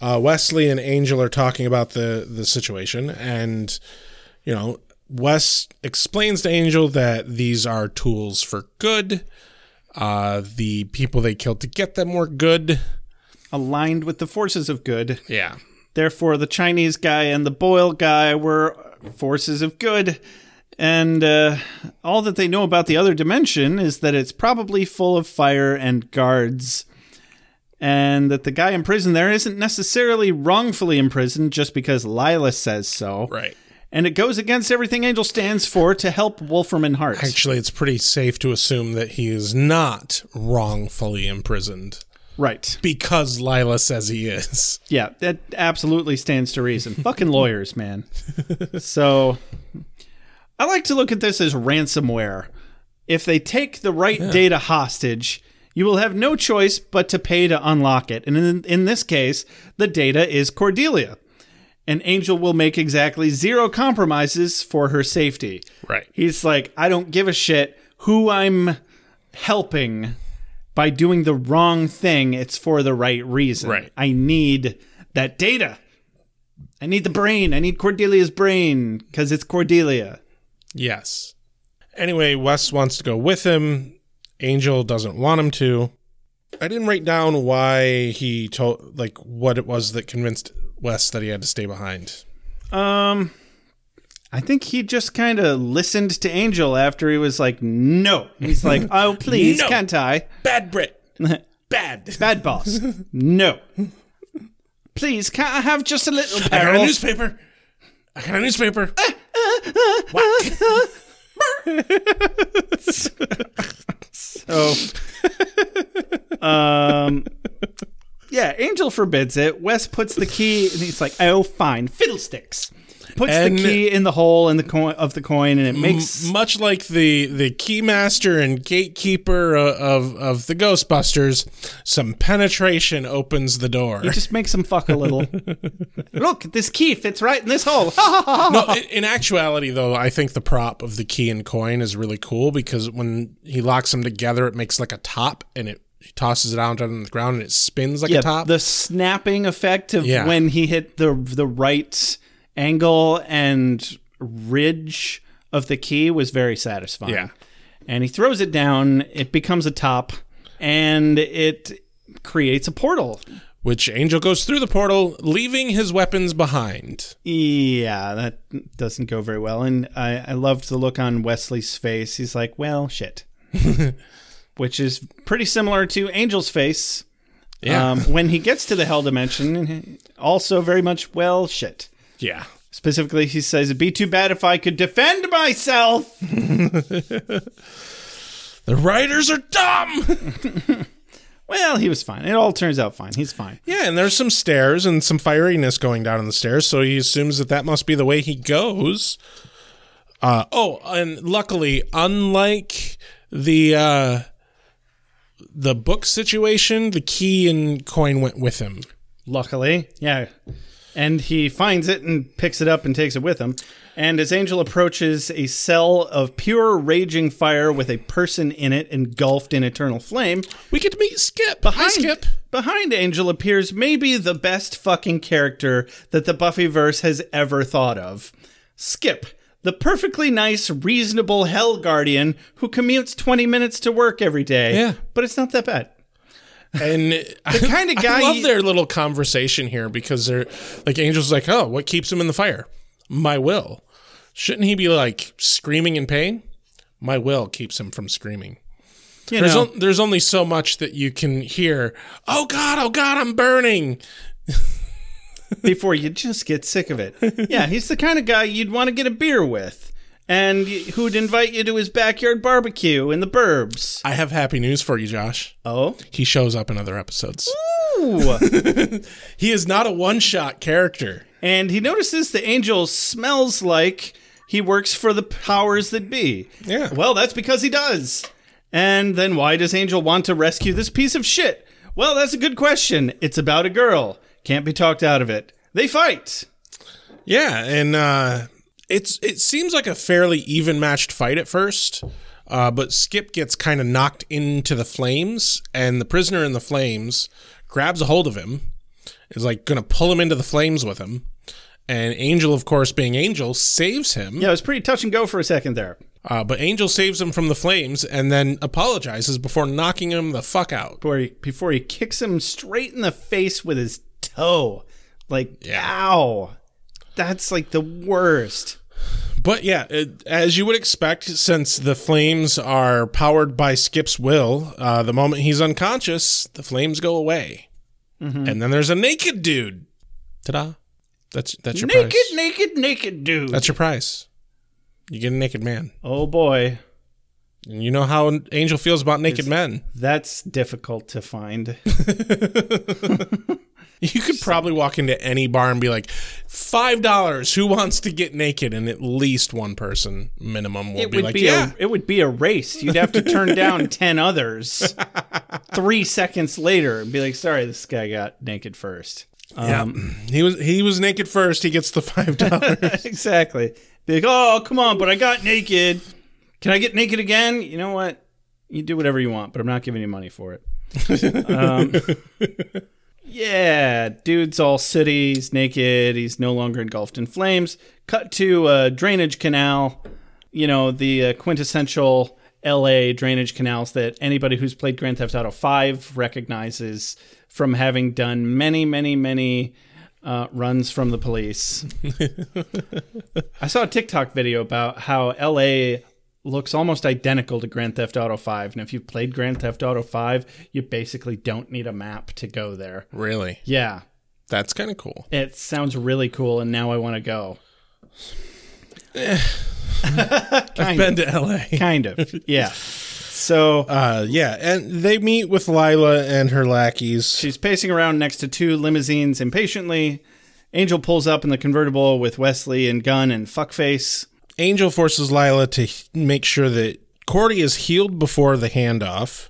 [SPEAKER 7] uh, Wesley and Angel are talking about the the situation, and you know Wes explains to Angel that these are tools for good. Uh, the people they killed to get them were good.
[SPEAKER 6] Aligned with the forces of good.
[SPEAKER 7] Yeah,
[SPEAKER 6] Therefore, the Chinese guy and the Boyle guy were forces of good. And uh, all that they know about the other dimension is that it's probably full of fire and guards. And that the guy imprisoned there isn't necessarily wrongfully imprisoned just because Lila says so.
[SPEAKER 7] right.
[SPEAKER 6] And it goes against everything Angel stands for to help Wolferman Hart.
[SPEAKER 7] Actually, it's pretty safe to assume that he is not wrongfully imprisoned
[SPEAKER 6] Right.
[SPEAKER 7] because Lila says he is.
[SPEAKER 6] Yeah, that absolutely stands to reason. Fucking lawyers, man. So I like to look at this as ransomware. If they take the right data hostage, you will have no choice but to pay to unlock it. And in, in this case, the data is Cordelia. And Angel will make exactly zero compromises for her safety.
[SPEAKER 7] Right.
[SPEAKER 6] He's like, I don't give a shit who I'm helping by doing the wrong thing. It's for the right reason.
[SPEAKER 7] Right.
[SPEAKER 6] I need that data. I need the brain. I need Cordelia's brain because it's Cordelia.
[SPEAKER 7] Yes. Anyway, Wes wants to go with him. Angel doesn't want him to. I didn't write down why he told, like, what it was that convinced Wes that he had to stay behind.
[SPEAKER 6] Um, I think he just kind of listened to Angel after he was like, no. He's
[SPEAKER 7] [LAUGHS]
[SPEAKER 6] like, oh, please,
[SPEAKER 7] No.
[SPEAKER 6] can't I? [LAUGHS]
[SPEAKER 7] Bad Brit. Bad.
[SPEAKER 6] Bad boss. no. Please, can't I have just a little
[SPEAKER 7] [LAUGHS] I got a
[SPEAKER 6] barrel?
[SPEAKER 7] newspaper. I got a [LAUGHS] newspaper. Whack.
[SPEAKER 6] Oh. [LAUGHS] um. Yeah, Angel forbids it. Wes puts the key, and he's like, "Oh, fine, fiddlesticks." Puts
[SPEAKER 7] And-
[SPEAKER 6] the key in the hole in the coin of the coin, and it
[SPEAKER 7] [LAUGHS]
[SPEAKER 6] makes
[SPEAKER 7] Much like the the keymaster and gatekeeper uh, of of the Ghostbusters, some penetration opens the door.
[SPEAKER 6] it just makes him fuck a little. [LAUGHS] Look, this key fits right in this hole.
[SPEAKER 7] no, in, in actuality, though, I think the prop of the key and coin is really cool because when he locks them together, it makes like a top, and it he tosses it out on the ground, and it spins like
[SPEAKER 6] yeah,
[SPEAKER 7] a top.
[SPEAKER 6] the snapping effect of
[SPEAKER 7] Yeah.
[SPEAKER 6] when he hit the the right angle and ridge of the key was very satisfying.
[SPEAKER 7] Yeah.
[SPEAKER 6] And he throws it down, it becomes a top, and it creates a portal.
[SPEAKER 7] Which Angel goes through the portal, leaving his weapons behind.
[SPEAKER 6] E- Yeah, that doesn't go very well. And I, I loved the look on Wesley's face. He's like, well, [LAUGHS] shit. Which is pretty similar to Angel's face
[SPEAKER 7] Yeah.
[SPEAKER 6] um, when he gets to the hell dimension. Also, very much, well, shit.
[SPEAKER 7] yeah.
[SPEAKER 6] Specifically, he says, It'd be too bad if I could defend myself.
[SPEAKER 7] The writers are dumb. [LAUGHS]
[SPEAKER 6] Well, he was fine. It all turns out fine. He's fine.
[SPEAKER 7] yeah, and there's some stairs and some fieriness going down on the stairs, so he assumes that that must be the way he goes. Uh, oh, and luckily, unlike the uh, the book situation, the key and coin went with him.
[SPEAKER 6] Luckily. Yeah. And he finds it and picks it up and takes it with him. And as Angel approaches a cell of pure raging fire with a person in it engulfed in eternal flame,
[SPEAKER 7] We get to meet Skip. Hi,
[SPEAKER 6] behind, [LAUGHS]
[SPEAKER 7] Skip.
[SPEAKER 6] behind Angel appears maybe the best fucking character that the Buffyverse has ever thought of. Skip, the perfectly nice, reasonable Hell Guardian who commutes 20 minutes to work every day.
[SPEAKER 7] Yeah.
[SPEAKER 6] But it's not that bad.
[SPEAKER 7] And the
[SPEAKER 6] kind of
[SPEAKER 7] [LAUGHS]
[SPEAKER 6] guy
[SPEAKER 7] I love
[SPEAKER 6] you-
[SPEAKER 7] their little conversation here because they're like Angel's like, "Oh, what keeps him in the fire? My will." Shouldn't he be like screaming in pain? My will keeps him from screaming.
[SPEAKER 6] You
[SPEAKER 7] There's
[SPEAKER 6] know.
[SPEAKER 7] on- there's only so much that you can hear. Oh God! Oh God! I'm burning.
[SPEAKER 6] before you just get sick of it. Yeah, he's the kind of guy you'd want to get a beer with and y- who'd invite you to his backyard barbecue in the burbs.
[SPEAKER 7] I have happy news for you, Josh.
[SPEAKER 6] Oh.
[SPEAKER 7] He shows up in other episodes.
[SPEAKER 6] Ooh.
[SPEAKER 7] He is not a one shot character.
[SPEAKER 6] and he notices the angel smells like he works for the powers that be.
[SPEAKER 7] Yeah.
[SPEAKER 6] Well, that's because he does. And then why does Angel want to rescue this piece of shit? Well, that's a good question. It's about a girl. Can't be talked out of it. They fight.
[SPEAKER 7] Yeah, and uh, it's it seems like a fairly even matched fight at first, uh, but Skip gets kind of knocked into the flames, and the prisoner in the flames grabs a hold of him, is like gonna pull him into the flames with him, and Angel, of course, being Angel, saves him.
[SPEAKER 6] Yeah, it was pretty touch and go for a second there.
[SPEAKER 7] Uh, but Angel saves him from the flames and then apologizes before knocking him the fuck out.
[SPEAKER 6] before he, before he kicks him straight in the face with his toe. Like,
[SPEAKER 7] Yeah.
[SPEAKER 6] ow. That's like the worst.
[SPEAKER 7] But yeah, it, as you would expect, since the flames are powered by Skip's will, uh, the moment he's unconscious, the flames go away,
[SPEAKER 6] Mm-hmm.
[SPEAKER 7] and then there's a naked dude. Ta-da! That's that's your
[SPEAKER 6] Naked,
[SPEAKER 7] prize.
[SPEAKER 6] naked, naked dude.
[SPEAKER 7] That's your prize. You get a naked man,
[SPEAKER 6] oh boy.
[SPEAKER 7] and you know how Angel feels about naked men.
[SPEAKER 6] That's difficult to find.
[SPEAKER 7] You could probably walk into any bar and be like, five dollars. Who wants to get naked? And at least one person minimum will
[SPEAKER 6] It
[SPEAKER 7] be
[SPEAKER 6] would
[SPEAKER 7] like,
[SPEAKER 6] be
[SPEAKER 7] yeah.
[SPEAKER 6] a it would be a race. You'd have to
[SPEAKER 7] [LAUGHS]
[SPEAKER 6] turn down ten others three seconds later and be like, sorry, this guy got naked first.
[SPEAKER 7] um, He was he was naked first. He gets the
[SPEAKER 6] [LAUGHS]
[SPEAKER 7] five dollars.
[SPEAKER 6] exactly. Be like, oh, come on, but I got naked. Can I get naked again? You know what? You do whatever you want, but I'm not giving you money for it. um, yeah, dude's all city. He's naked. He's no longer engulfed in flames. Cut to a drainage canal. You know, the uh, quintessential LA drainage canals that anybody who's played Grand Theft Auto 5 recognizes from having done many, many, many uh, runs from the police. I saw a TikTok video about how LA looks almost identical to Grand Theft Auto 5. And if you've played Grand Theft Auto 5, you basically don't need a map to go there.
[SPEAKER 7] really?
[SPEAKER 6] Yeah,
[SPEAKER 7] That's kind of cool.
[SPEAKER 6] it sounds really cool. And now I want to go.
[SPEAKER 7] I've been to LA.
[SPEAKER 6] Kind of. Yeah. So
[SPEAKER 7] Uh, yeah, and they meet with Lila and her lackeys.
[SPEAKER 6] she's pacing around next to two limousines impatiently. Angel pulls up in the convertible with Wesley and Gunn and Fuckface.
[SPEAKER 7] Angel forces Lila to h- make sure that Cordy is healed before the handoff.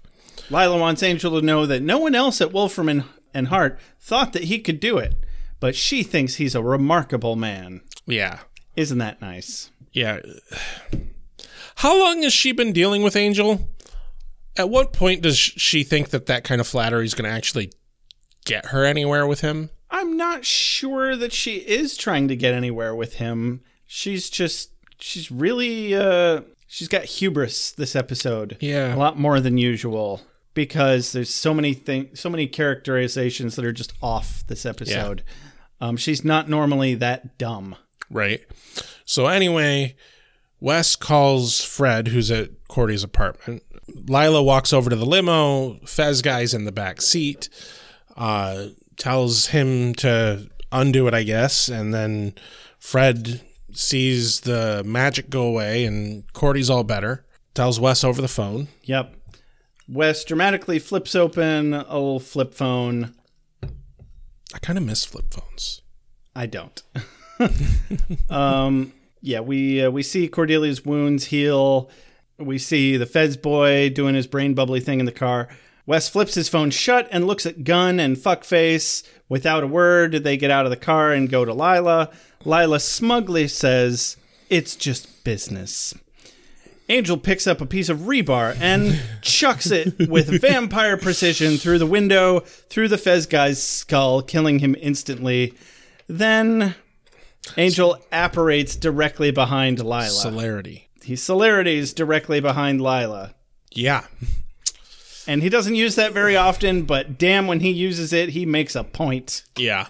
[SPEAKER 6] Lila wants Angel to know that no one else at Wolfram and, and Hart thought that he could do it, but she thinks he's a remarkable man.
[SPEAKER 7] Yeah,
[SPEAKER 6] Isn't that nice?
[SPEAKER 7] yeah. How long has she been dealing with Angel? At what point does sh- she think that that kind of flattery is going to actually get her anywhere with him?
[SPEAKER 6] I'm not sure that she is trying to get anywhere with him. She's just she's really uh she's got hubris this episode.
[SPEAKER 7] Yeah.
[SPEAKER 6] A lot more than usual because there's so many things so many characterizations that are just off this episode. Um she's not normally that dumb.
[SPEAKER 7] Right. So anyway, Wes calls Fred, who's at Cordy's apartment. Lila walks over to the limo. Fez guy's in the back seat. Uh, tells him to undo it, I guess, and then Fred sees the magic go away, and Cordy's all better. Tells Wes over the phone.
[SPEAKER 6] Yep. Wes dramatically flips open a little flip phone.
[SPEAKER 7] I kind of miss flip phones.
[SPEAKER 6] I don't. [LAUGHS] um, yeah, we uh, we see Cordelia's wounds heal. We see the Feds boy doing his brain bubbly thing in the car. Wes flips his phone shut and looks at Gun and Fuckface. Without a word, they get out of the car and go to Lila. Lila smugly says, "It's just business." Angel picks up a piece of rebar and chucks it with vampire precision through the window, through the Fez guy's skull, killing him instantly. Then Angel apparates directly behind Lila.
[SPEAKER 7] Celerity.
[SPEAKER 6] he celerities directly behind Lila.
[SPEAKER 7] Yeah. [LAUGHS]
[SPEAKER 6] And he doesn't use that very often, but damn, when he uses it, he makes a point.
[SPEAKER 7] Yeah.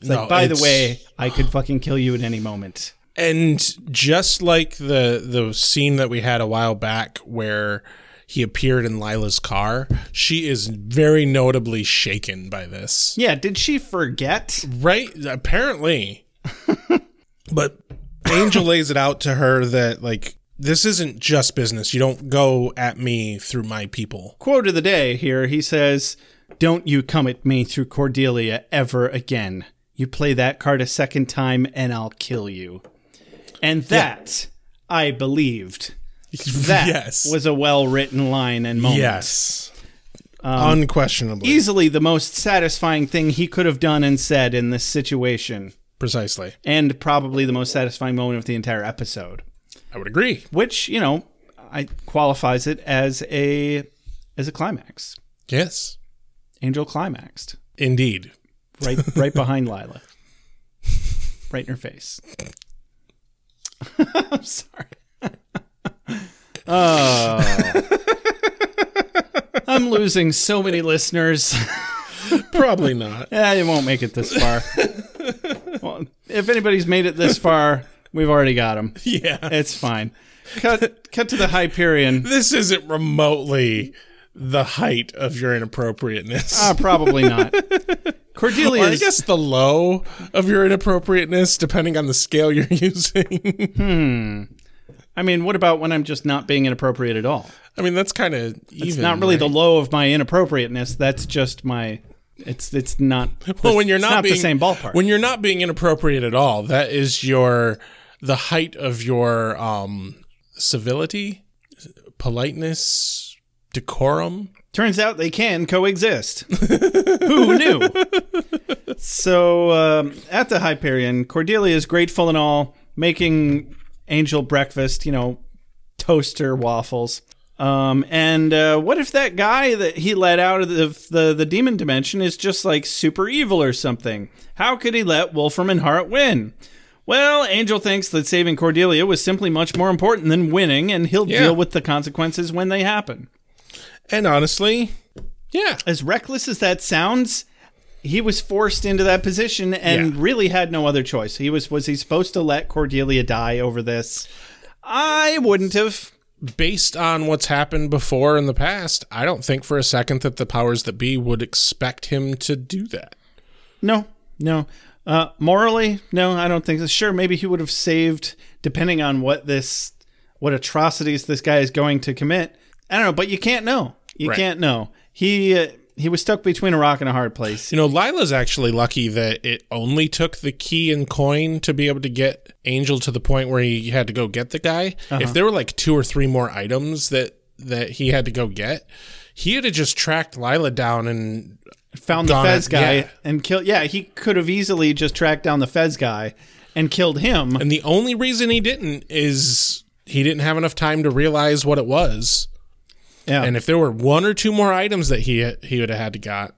[SPEAKER 6] It's like,
[SPEAKER 7] No,
[SPEAKER 6] by the
[SPEAKER 7] it's-
[SPEAKER 6] way, I could fucking kill you at any moment.
[SPEAKER 7] And just like the the scene that we had a while back where he appeared in Lila's car, she is very notably shaken by this.
[SPEAKER 6] Yeah, did she forget?
[SPEAKER 7] Right? Apparently. but Angel lays it out to her that like this isn't just business. You don't go at me through my people. [LAUGHS]
[SPEAKER 6] Quote of the day here he says, Don't you come at me through Cordelia ever again. You play that card a second time and I'll kill you. And that, I believed.
[SPEAKER 7] [LAUGHS]
[SPEAKER 6] That
[SPEAKER 7] yes.
[SPEAKER 6] was a well written line and moment.
[SPEAKER 7] yes. Unquestionably.
[SPEAKER 6] Easily the most satisfying thing he could have done and said in this situation.
[SPEAKER 7] Precisely.
[SPEAKER 6] and probably the most satisfying moment of the entire episode,
[SPEAKER 7] I would agree.
[SPEAKER 6] which you know I qualifies it as a as a climax.
[SPEAKER 7] Yes.
[SPEAKER 6] Angel climaxed
[SPEAKER 7] Indeed.
[SPEAKER 6] right right behind Lila, right in her face. [LAUGHS] I'm sorry. oh. I'm losing so many listeners.
[SPEAKER 7] Probably not.
[SPEAKER 6] Yeah, you won't make it this far. well, if anybody's made it this far, we've already got them.
[SPEAKER 7] [LAUGHS] yeah.
[SPEAKER 6] It's fine. Cut cut to
[SPEAKER 7] [LAUGHS]
[SPEAKER 6] the Hyperion.
[SPEAKER 7] this isn't remotely the height of your inappropriateness.
[SPEAKER 6] Ah, probably not. Cordelia
[SPEAKER 7] Or I
[SPEAKER 6] is
[SPEAKER 7] guess the low of your inappropriateness, depending on the scale you're [LAUGHS] using.
[SPEAKER 6] I mean, what about when I'm just not being inappropriate at all?
[SPEAKER 7] I mean, that's kind of even.
[SPEAKER 6] It's not really the
[SPEAKER 7] right?
[SPEAKER 6] low of my inappropriateness. That's just my. It's it's not.
[SPEAKER 7] Well, when you're
[SPEAKER 6] it's
[SPEAKER 7] not, being,
[SPEAKER 6] the same ballpark.
[SPEAKER 7] When you're not being inappropriate at all, that is your the height of your um civility, politeness, decorum.
[SPEAKER 6] Turns out they can coexist. Who knew? So um, at the Hyperion, Cordelia is grateful and all, making Angel breakfast, you know, toaster waffles. Um, and uh, what if that guy that he let out of the, the the demon dimension is just like super evil or something? How could he let Wolfram and Hart win? Well, Angel thinks that saving Cordelia was simply much more important than winning, and he'll
[SPEAKER 7] Yeah.
[SPEAKER 6] deal with the consequences when they happen
[SPEAKER 7] And honestly, yeah,
[SPEAKER 6] as reckless as that sounds, he was forced into that position and
[SPEAKER 7] Yeah.
[SPEAKER 6] really had no other choice. He was was he supposed to let Cordelia die over this? I wouldn't have.
[SPEAKER 7] based on what's happened before in the past, I don't think for a second that the powers that be would expect him to do that.
[SPEAKER 6] No, no. Uh, morally, no, I don't think so. Sure, maybe he would have saved, depending on what this, what atrocities this guy is going to commit. I don't know, but you can't know. You
[SPEAKER 7] Right.
[SPEAKER 6] can't know. He uh, he was stuck between a rock and a hard place.
[SPEAKER 7] You know, Lila's actually lucky that it only took the key and coin to be able to get Angel to the point where he had to go get the guy. If there were like two or three more items that that he had to go get, he had to just tracked Lila down and
[SPEAKER 6] found the
[SPEAKER 7] Donna,
[SPEAKER 6] Fez guy
[SPEAKER 7] yeah.
[SPEAKER 6] and killed. Yeah, he could have easily just tracked down the Fez guy and killed him.
[SPEAKER 7] and the only reason he didn't is he didn't have enough time to realize what it was.
[SPEAKER 6] Yeah, Uh-huh.
[SPEAKER 7] And if there were one or two more items that he he would have had to got,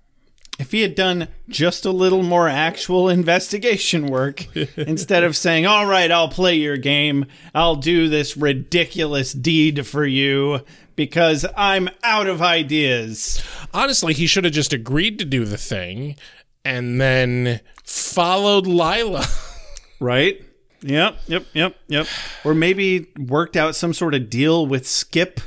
[SPEAKER 6] If he had done just a little more actual [LAUGHS] investigation work instead of saying, "All right, I'll play your game. I'll do this ridiculous deed for you because I'm out of ideas."
[SPEAKER 7] Honestly, he should have just agreed to do the thing and then followed Lila. [LAUGHS]
[SPEAKER 6] Right? Yep, yep, yep, yep. Or maybe worked out some sort of deal with Skip.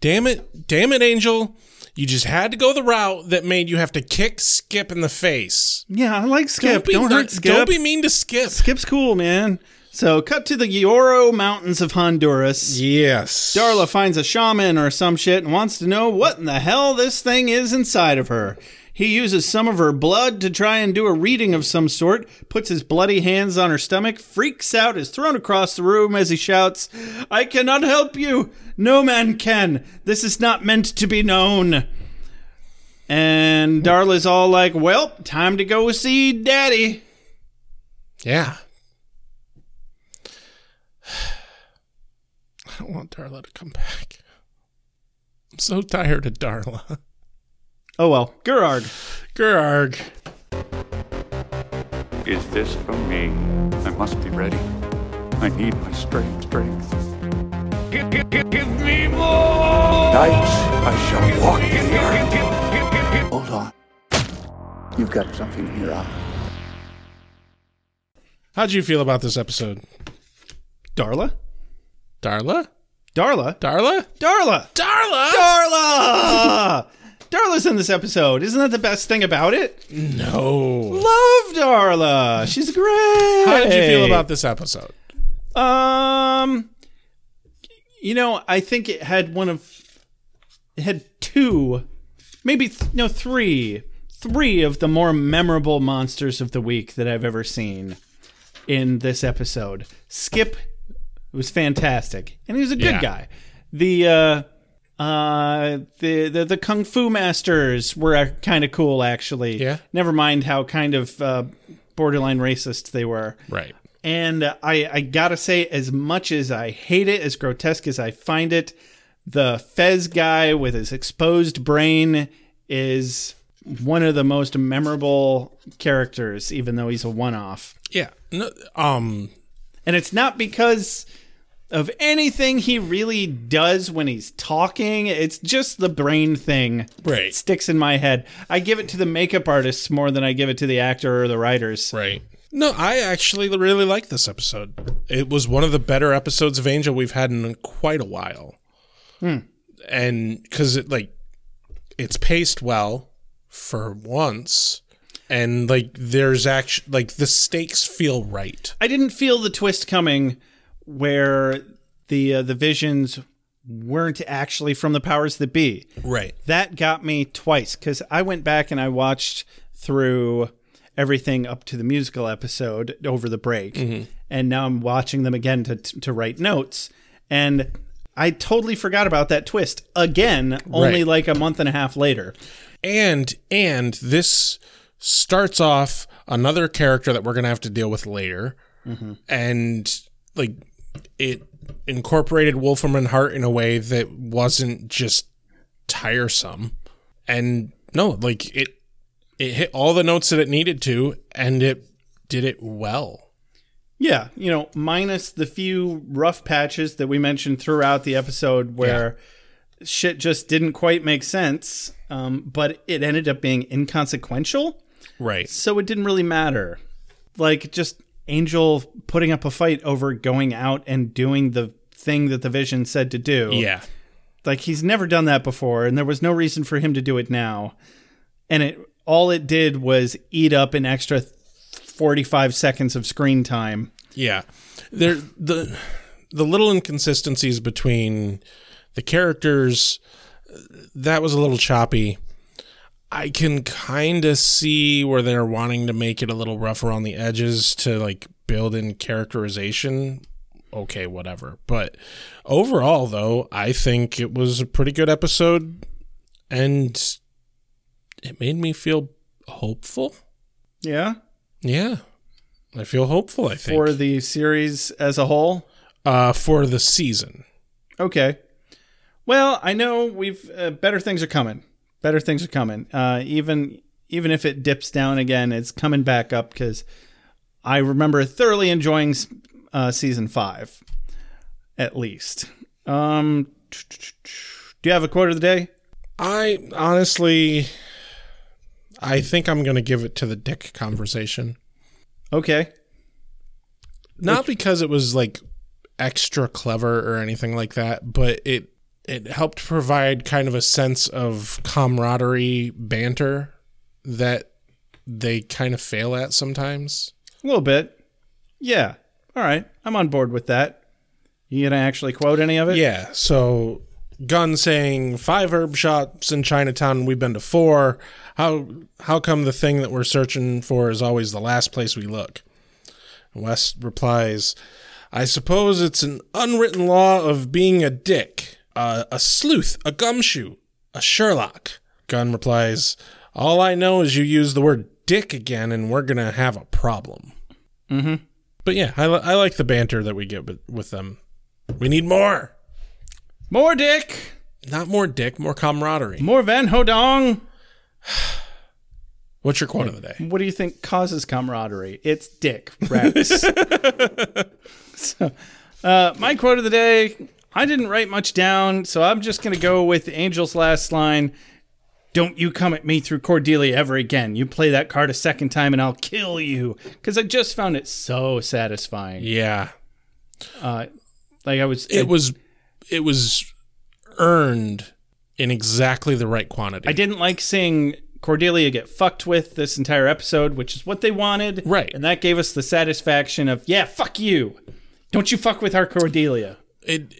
[SPEAKER 7] Damn it. Damn it, Angel. You just had to go the route that made you have to kick Skip in the face.
[SPEAKER 6] Yeah, I like Skip. Don't, hurt Skip.
[SPEAKER 7] Don't be mean to Skip.
[SPEAKER 6] Skip's cool, man. So, cut to the Yoro Mountains of Honduras.
[SPEAKER 7] Yes.
[SPEAKER 6] Darla finds a shaman or some shit and wants to know what in the hell this thing is inside of her. He uses some of her blood to try and do a reading of some sort, puts his bloody hands on her stomach, freaks out, is thrown across the room as he shouts, I cannot help you! No man can! This is not meant to be known! And Darla's all like, Well, time to go see Daddy.
[SPEAKER 7] Yeah. [SIGHS] I don't want Darla to come back. I'm so tired of Darla. [LAUGHS]
[SPEAKER 6] Oh well, Gerard.
[SPEAKER 7] Gerarg.
[SPEAKER 10] Is this from me? I must be ready. I need my strength. Strength. Give, give, give, give me more. Nights I shall walk in the earth.
[SPEAKER 11] Hold on. You've got something in your eye.
[SPEAKER 7] How'd you feel about this episode?
[SPEAKER 6] Darla?
[SPEAKER 7] Darla?
[SPEAKER 6] Darla?
[SPEAKER 7] Darla?
[SPEAKER 6] Darla!
[SPEAKER 7] Darla?
[SPEAKER 6] Darla! Darla's in this episode. Isn't that the best thing about it?
[SPEAKER 7] No.
[SPEAKER 6] Love Darla. She's great.
[SPEAKER 7] How did you feel about this episode?
[SPEAKER 6] Um, you know, I think it had one of, it had two, maybe th- no three, three of the more memorable monsters of the week that I've ever seen in this episode. Skip was fantastic, and he was a good
[SPEAKER 7] Yeah.
[SPEAKER 6] guy. The uh, uh, the, the the kung fu masters were kind of cool, actually.
[SPEAKER 7] Yeah.
[SPEAKER 6] Never mind how kind of uh, borderline racist they were.
[SPEAKER 7] Right.
[SPEAKER 6] And uh, I, I gotta say, as much as I hate it, as grotesque as I find it, the Fez guy with his exposed brain is one of the most memorable characters, even though he's a one off.
[SPEAKER 7] Yeah. No, um.
[SPEAKER 6] And it's not because of anything he really does when he's talking, it's just the brain thing.
[SPEAKER 7] Right.
[SPEAKER 6] Sticks in my head. I give it to the makeup artists more than I give it to the actor or the writers.
[SPEAKER 7] Right. No, I actually really like this episode. It was one of the better episodes of Angel we've had in quite a while. Hmm. And because it like it's paced well for once, and like there's actually like the stakes feel right.
[SPEAKER 6] I didn't feel the twist coming where the uh, the visions weren't actually from the powers that be.
[SPEAKER 7] Right.
[SPEAKER 6] That got me twice cuz I went back and I watched through everything up to the musical episode over the break and now I'm watching them again to to write notes and I totally forgot about that twist again only
[SPEAKER 7] Right.
[SPEAKER 6] like a month and a half later.
[SPEAKER 7] and and this starts off another character that we're gonna have to deal with later and like it incorporated wolfram and hart in a way that wasn't just tiresome and no like it it hit all the notes that it needed to and it did it well
[SPEAKER 6] Yeah, you know, minus the few rough patches that we mentioned throughout the episode where shit just didn't quite make sense, um, but it ended up being inconsequential,
[SPEAKER 7] right
[SPEAKER 6] so it didn't really matter. Like just Angel putting up a fight over going out and doing the thing that the vision said to do.
[SPEAKER 7] yeah
[SPEAKER 6] Like he's never done that before, and there was no reason for him to do it now. And it all it did was eat up an extra 45 seconds of screen time.
[SPEAKER 7] Yeah, there the the little inconsistencies between the characters that was a little choppy. I can kind of see where they're wanting to make it a little rougher on the edges to like build in characterization. Okay, whatever. But overall, though, I think it was a pretty good episode, and it made me feel hopeful.
[SPEAKER 6] Yeah.
[SPEAKER 7] Yeah, I feel hopeful. I think
[SPEAKER 6] for the series as a whole.
[SPEAKER 7] uh, for the season.
[SPEAKER 6] Okay. Well, I know we've uh, better things are coming. Better things are coming. Uh, even even if it dips down again, it's coming back up because I remember thoroughly enjoying uh, season five, at least. Um, do you have a quote of the day?
[SPEAKER 7] I honestly, I think I'm going to give it to the dick conversation.
[SPEAKER 6] Okay.
[SPEAKER 7] Not because it was like extra clever or anything like that, but it it helped provide kind of a sense of camaraderie banter that they kind of fail at sometimes.
[SPEAKER 6] A little bit. Yeah. All right. I'm on board with that. You gonna actually quote any of it?
[SPEAKER 7] Yeah. So Gun saying five herb shops in Chinatown. We've been to four. How how come the thing that we're searching for is always the last place we look? West replies, I suppose it's an unwritten law of being a dick, uh, a sleuth, a gumshoe, a Sherlock. Gunn replies, All I know is you use the word dick again, and we're going to have a problem.
[SPEAKER 6] Mm-hmm.
[SPEAKER 7] But yeah, I, li- I like the banter that we get with, with them. We need more.
[SPEAKER 6] More dick.
[SPEAKER 7] Not more dick, more camaraderie.
[SPEAKER 6] More Van Hodong.
[SPEAKER 7] What's your quote of the day?
[SPEAKER 6] What do you think causes camaraderie? It's dick,
[SPEAKER 7] [LAUGHS]
[SPEAKER 6] Rex. so, uh, my quote of the day I didn't write much down, so I'm just going to go with Angel's last line Don't you come at me through Cordelia ever again. You play that card a second time and I'll kill you. Because I just found it so satisfying.
[SPEAKER 7] Yeah.
[SPEAKER 6] Uh, like I was.
[SPEAKER 7] It, was it was earned in exactly the right quantity.
[SPEAKER 6] I didn't like seeing Cordelia get fucked with this entire episode, which is what they wanted.
[SPEAKER 7] Right.
[SPEAKER 6] And that gave us the satisfaction of, yeah, fuck you. Don't you fuck with our Cordelia.
[SPEAKER 7] it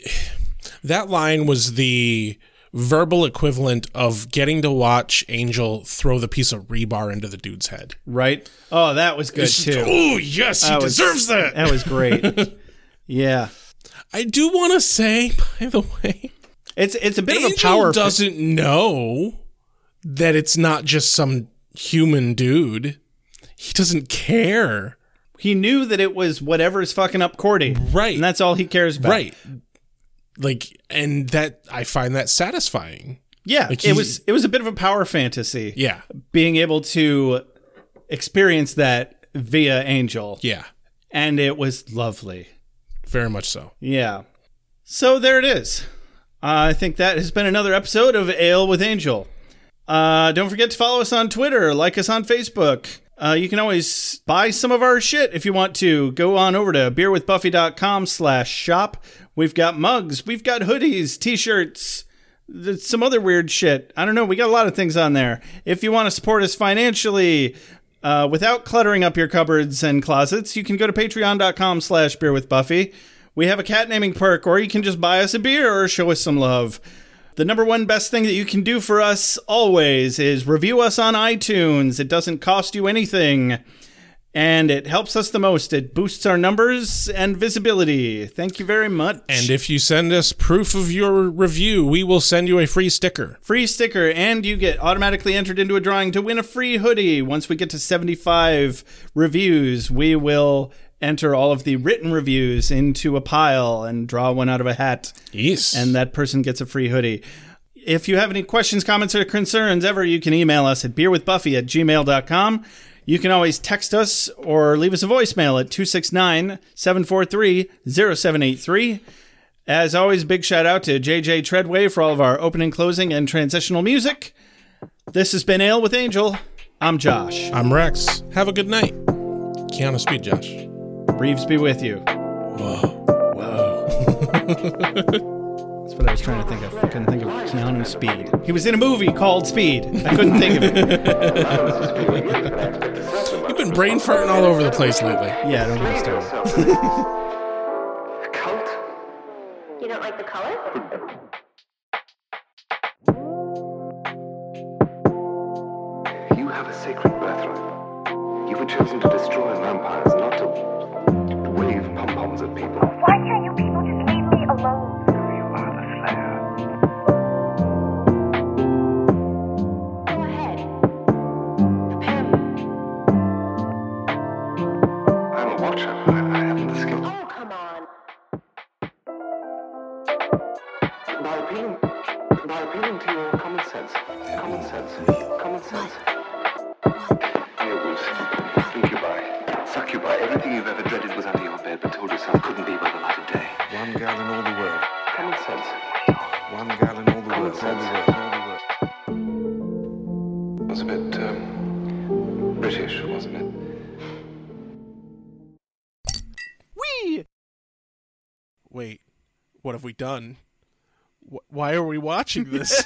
[SPEAKER 7] that line was the verbal equivalent of getting to watch Angel throw the piece of rebar into the dude's head.
[SPEAKER 6] Right? Oh, that was good too.
[SPEAKER 7] Oh yes, he
[SPEAKER 6] That was-
[SPEAKER 7] deserves that.
[SPEAKER 6] That was great. [LAUGHS] yeah.
[SPEAKER 7] I do want to say, by the way,
[SPEAKER 6] It's it's a bit of a
[SPEAKER 7] Angel
[SPEAKER 6] power
[SPEAKER 7] doesn't know that it's not just some human dude. He doesn't care.
[SPEAKER 6] He knew that it was whatever's fucking up Cordy.
[SPEAKER 7] Right.
[SPEAKER 6] And that's all he cares about.
[SPEAKER 7] Right. Like, and that I find that satisfying.
[SPEAKER 6] Yeah.
[SPEAKER 7] Like
[SPEAKER 6] it
[SPEAKER 7] he-
[SPEAKER 6] was it was a bit of a power fantasy.
[SPEAKER 7] Yeah.
[SPEAKER 6] Being able to experience that via Angel.
[SPEAKER 7] Yeah.
[SPEAKER 6] And it was lovely.
[SPEAKER 7] Very much so.
[SPEAKER 6] Yeah. So there it is. I think that has been another episode of Ale with Angel. Uh, don't forget to follow us on Twitter, like us on Facebook. Uh, you can always buy some of our shit if you want to. Go on over to beerwithbuffy.com slash shop. We've got mugs, we've got hoodies, t-shirts, th- some other weird shit. I don't know. We got a lot of things on there. If you want to support us financially, uh, without cluttering up your cupboards and closets, you can go to patreon.com slash beer with Buffy. We have a cat naming perk, or you can just buy us a beer or show us some love. The number one best thing that you can do for us always is review us on iTunes. It doesn't cost you anything, and it helps us the most. It boosts our numbers and visibility. Thank you very much.
[SPEAKER 7] And if you send us proof of your review, we will send you a free sticker.
[SPEAKER 6] free sticker and you get automatically entered into a drawing to win a free hoodie once we get to 75 reviews we will enter all of the written reviews into a pile and draw one out of a hat
[SPEAKER 7] Yes.
[SPEAKER 6] and that person gets a free hoodie if you have any questions comments or concerns ever you can email us at beerwithbuffy at gmail.com you can always text us or leave us a voicemail at 269-743-0783 as always, big shout out to JJ Treadway for all of our opening, closing, and transitional music. This has been Ale with Angel. I'm Josh.
[SPEAKER 7] I'm Rex. Have a good night. Keanu Speed, Josh.
[SPEAKER 6] Reeves be with you.
[SPEAKER 7] Whoa.
[SPEAKER 6] That's what I was trying to think of. I couldn't think of Keanu Speed. He was in a movie called Speed. I couldn't think of it.
[SPEAKER 7] [LAUGHS]
[SPEAKER 6] [LAUGHS]
[SPEAKER 7] You've been brain farting all over the place lately.
[SPEAKER 6] Yeah, don't get me started.
[SPEAKER 8] You don't like the color?
[SPEAKER 12] You have a sacred birthright. You were chosen to destroy vampires, not to wave pom poms at people. Why can't you people just leave me alone? You are the Slayer. I'm a watcher. I, I haven't the skill. Oh, come on. By appealing, by appealing to your common sense. Common sense. Common sense.
[SPEAKER 5] dreams, incubi, succubi, everything you've ever dreaded was under your bed but told yourself couldn't be by the light of day. One girl in all the world. Common sense. One girl in all the world. All the world. It was a bit um, British, wasn't it?
[SPEAKER 13] Whee!
[SPEAKER 7] Wait, what have we done? Wh- why are we watching this?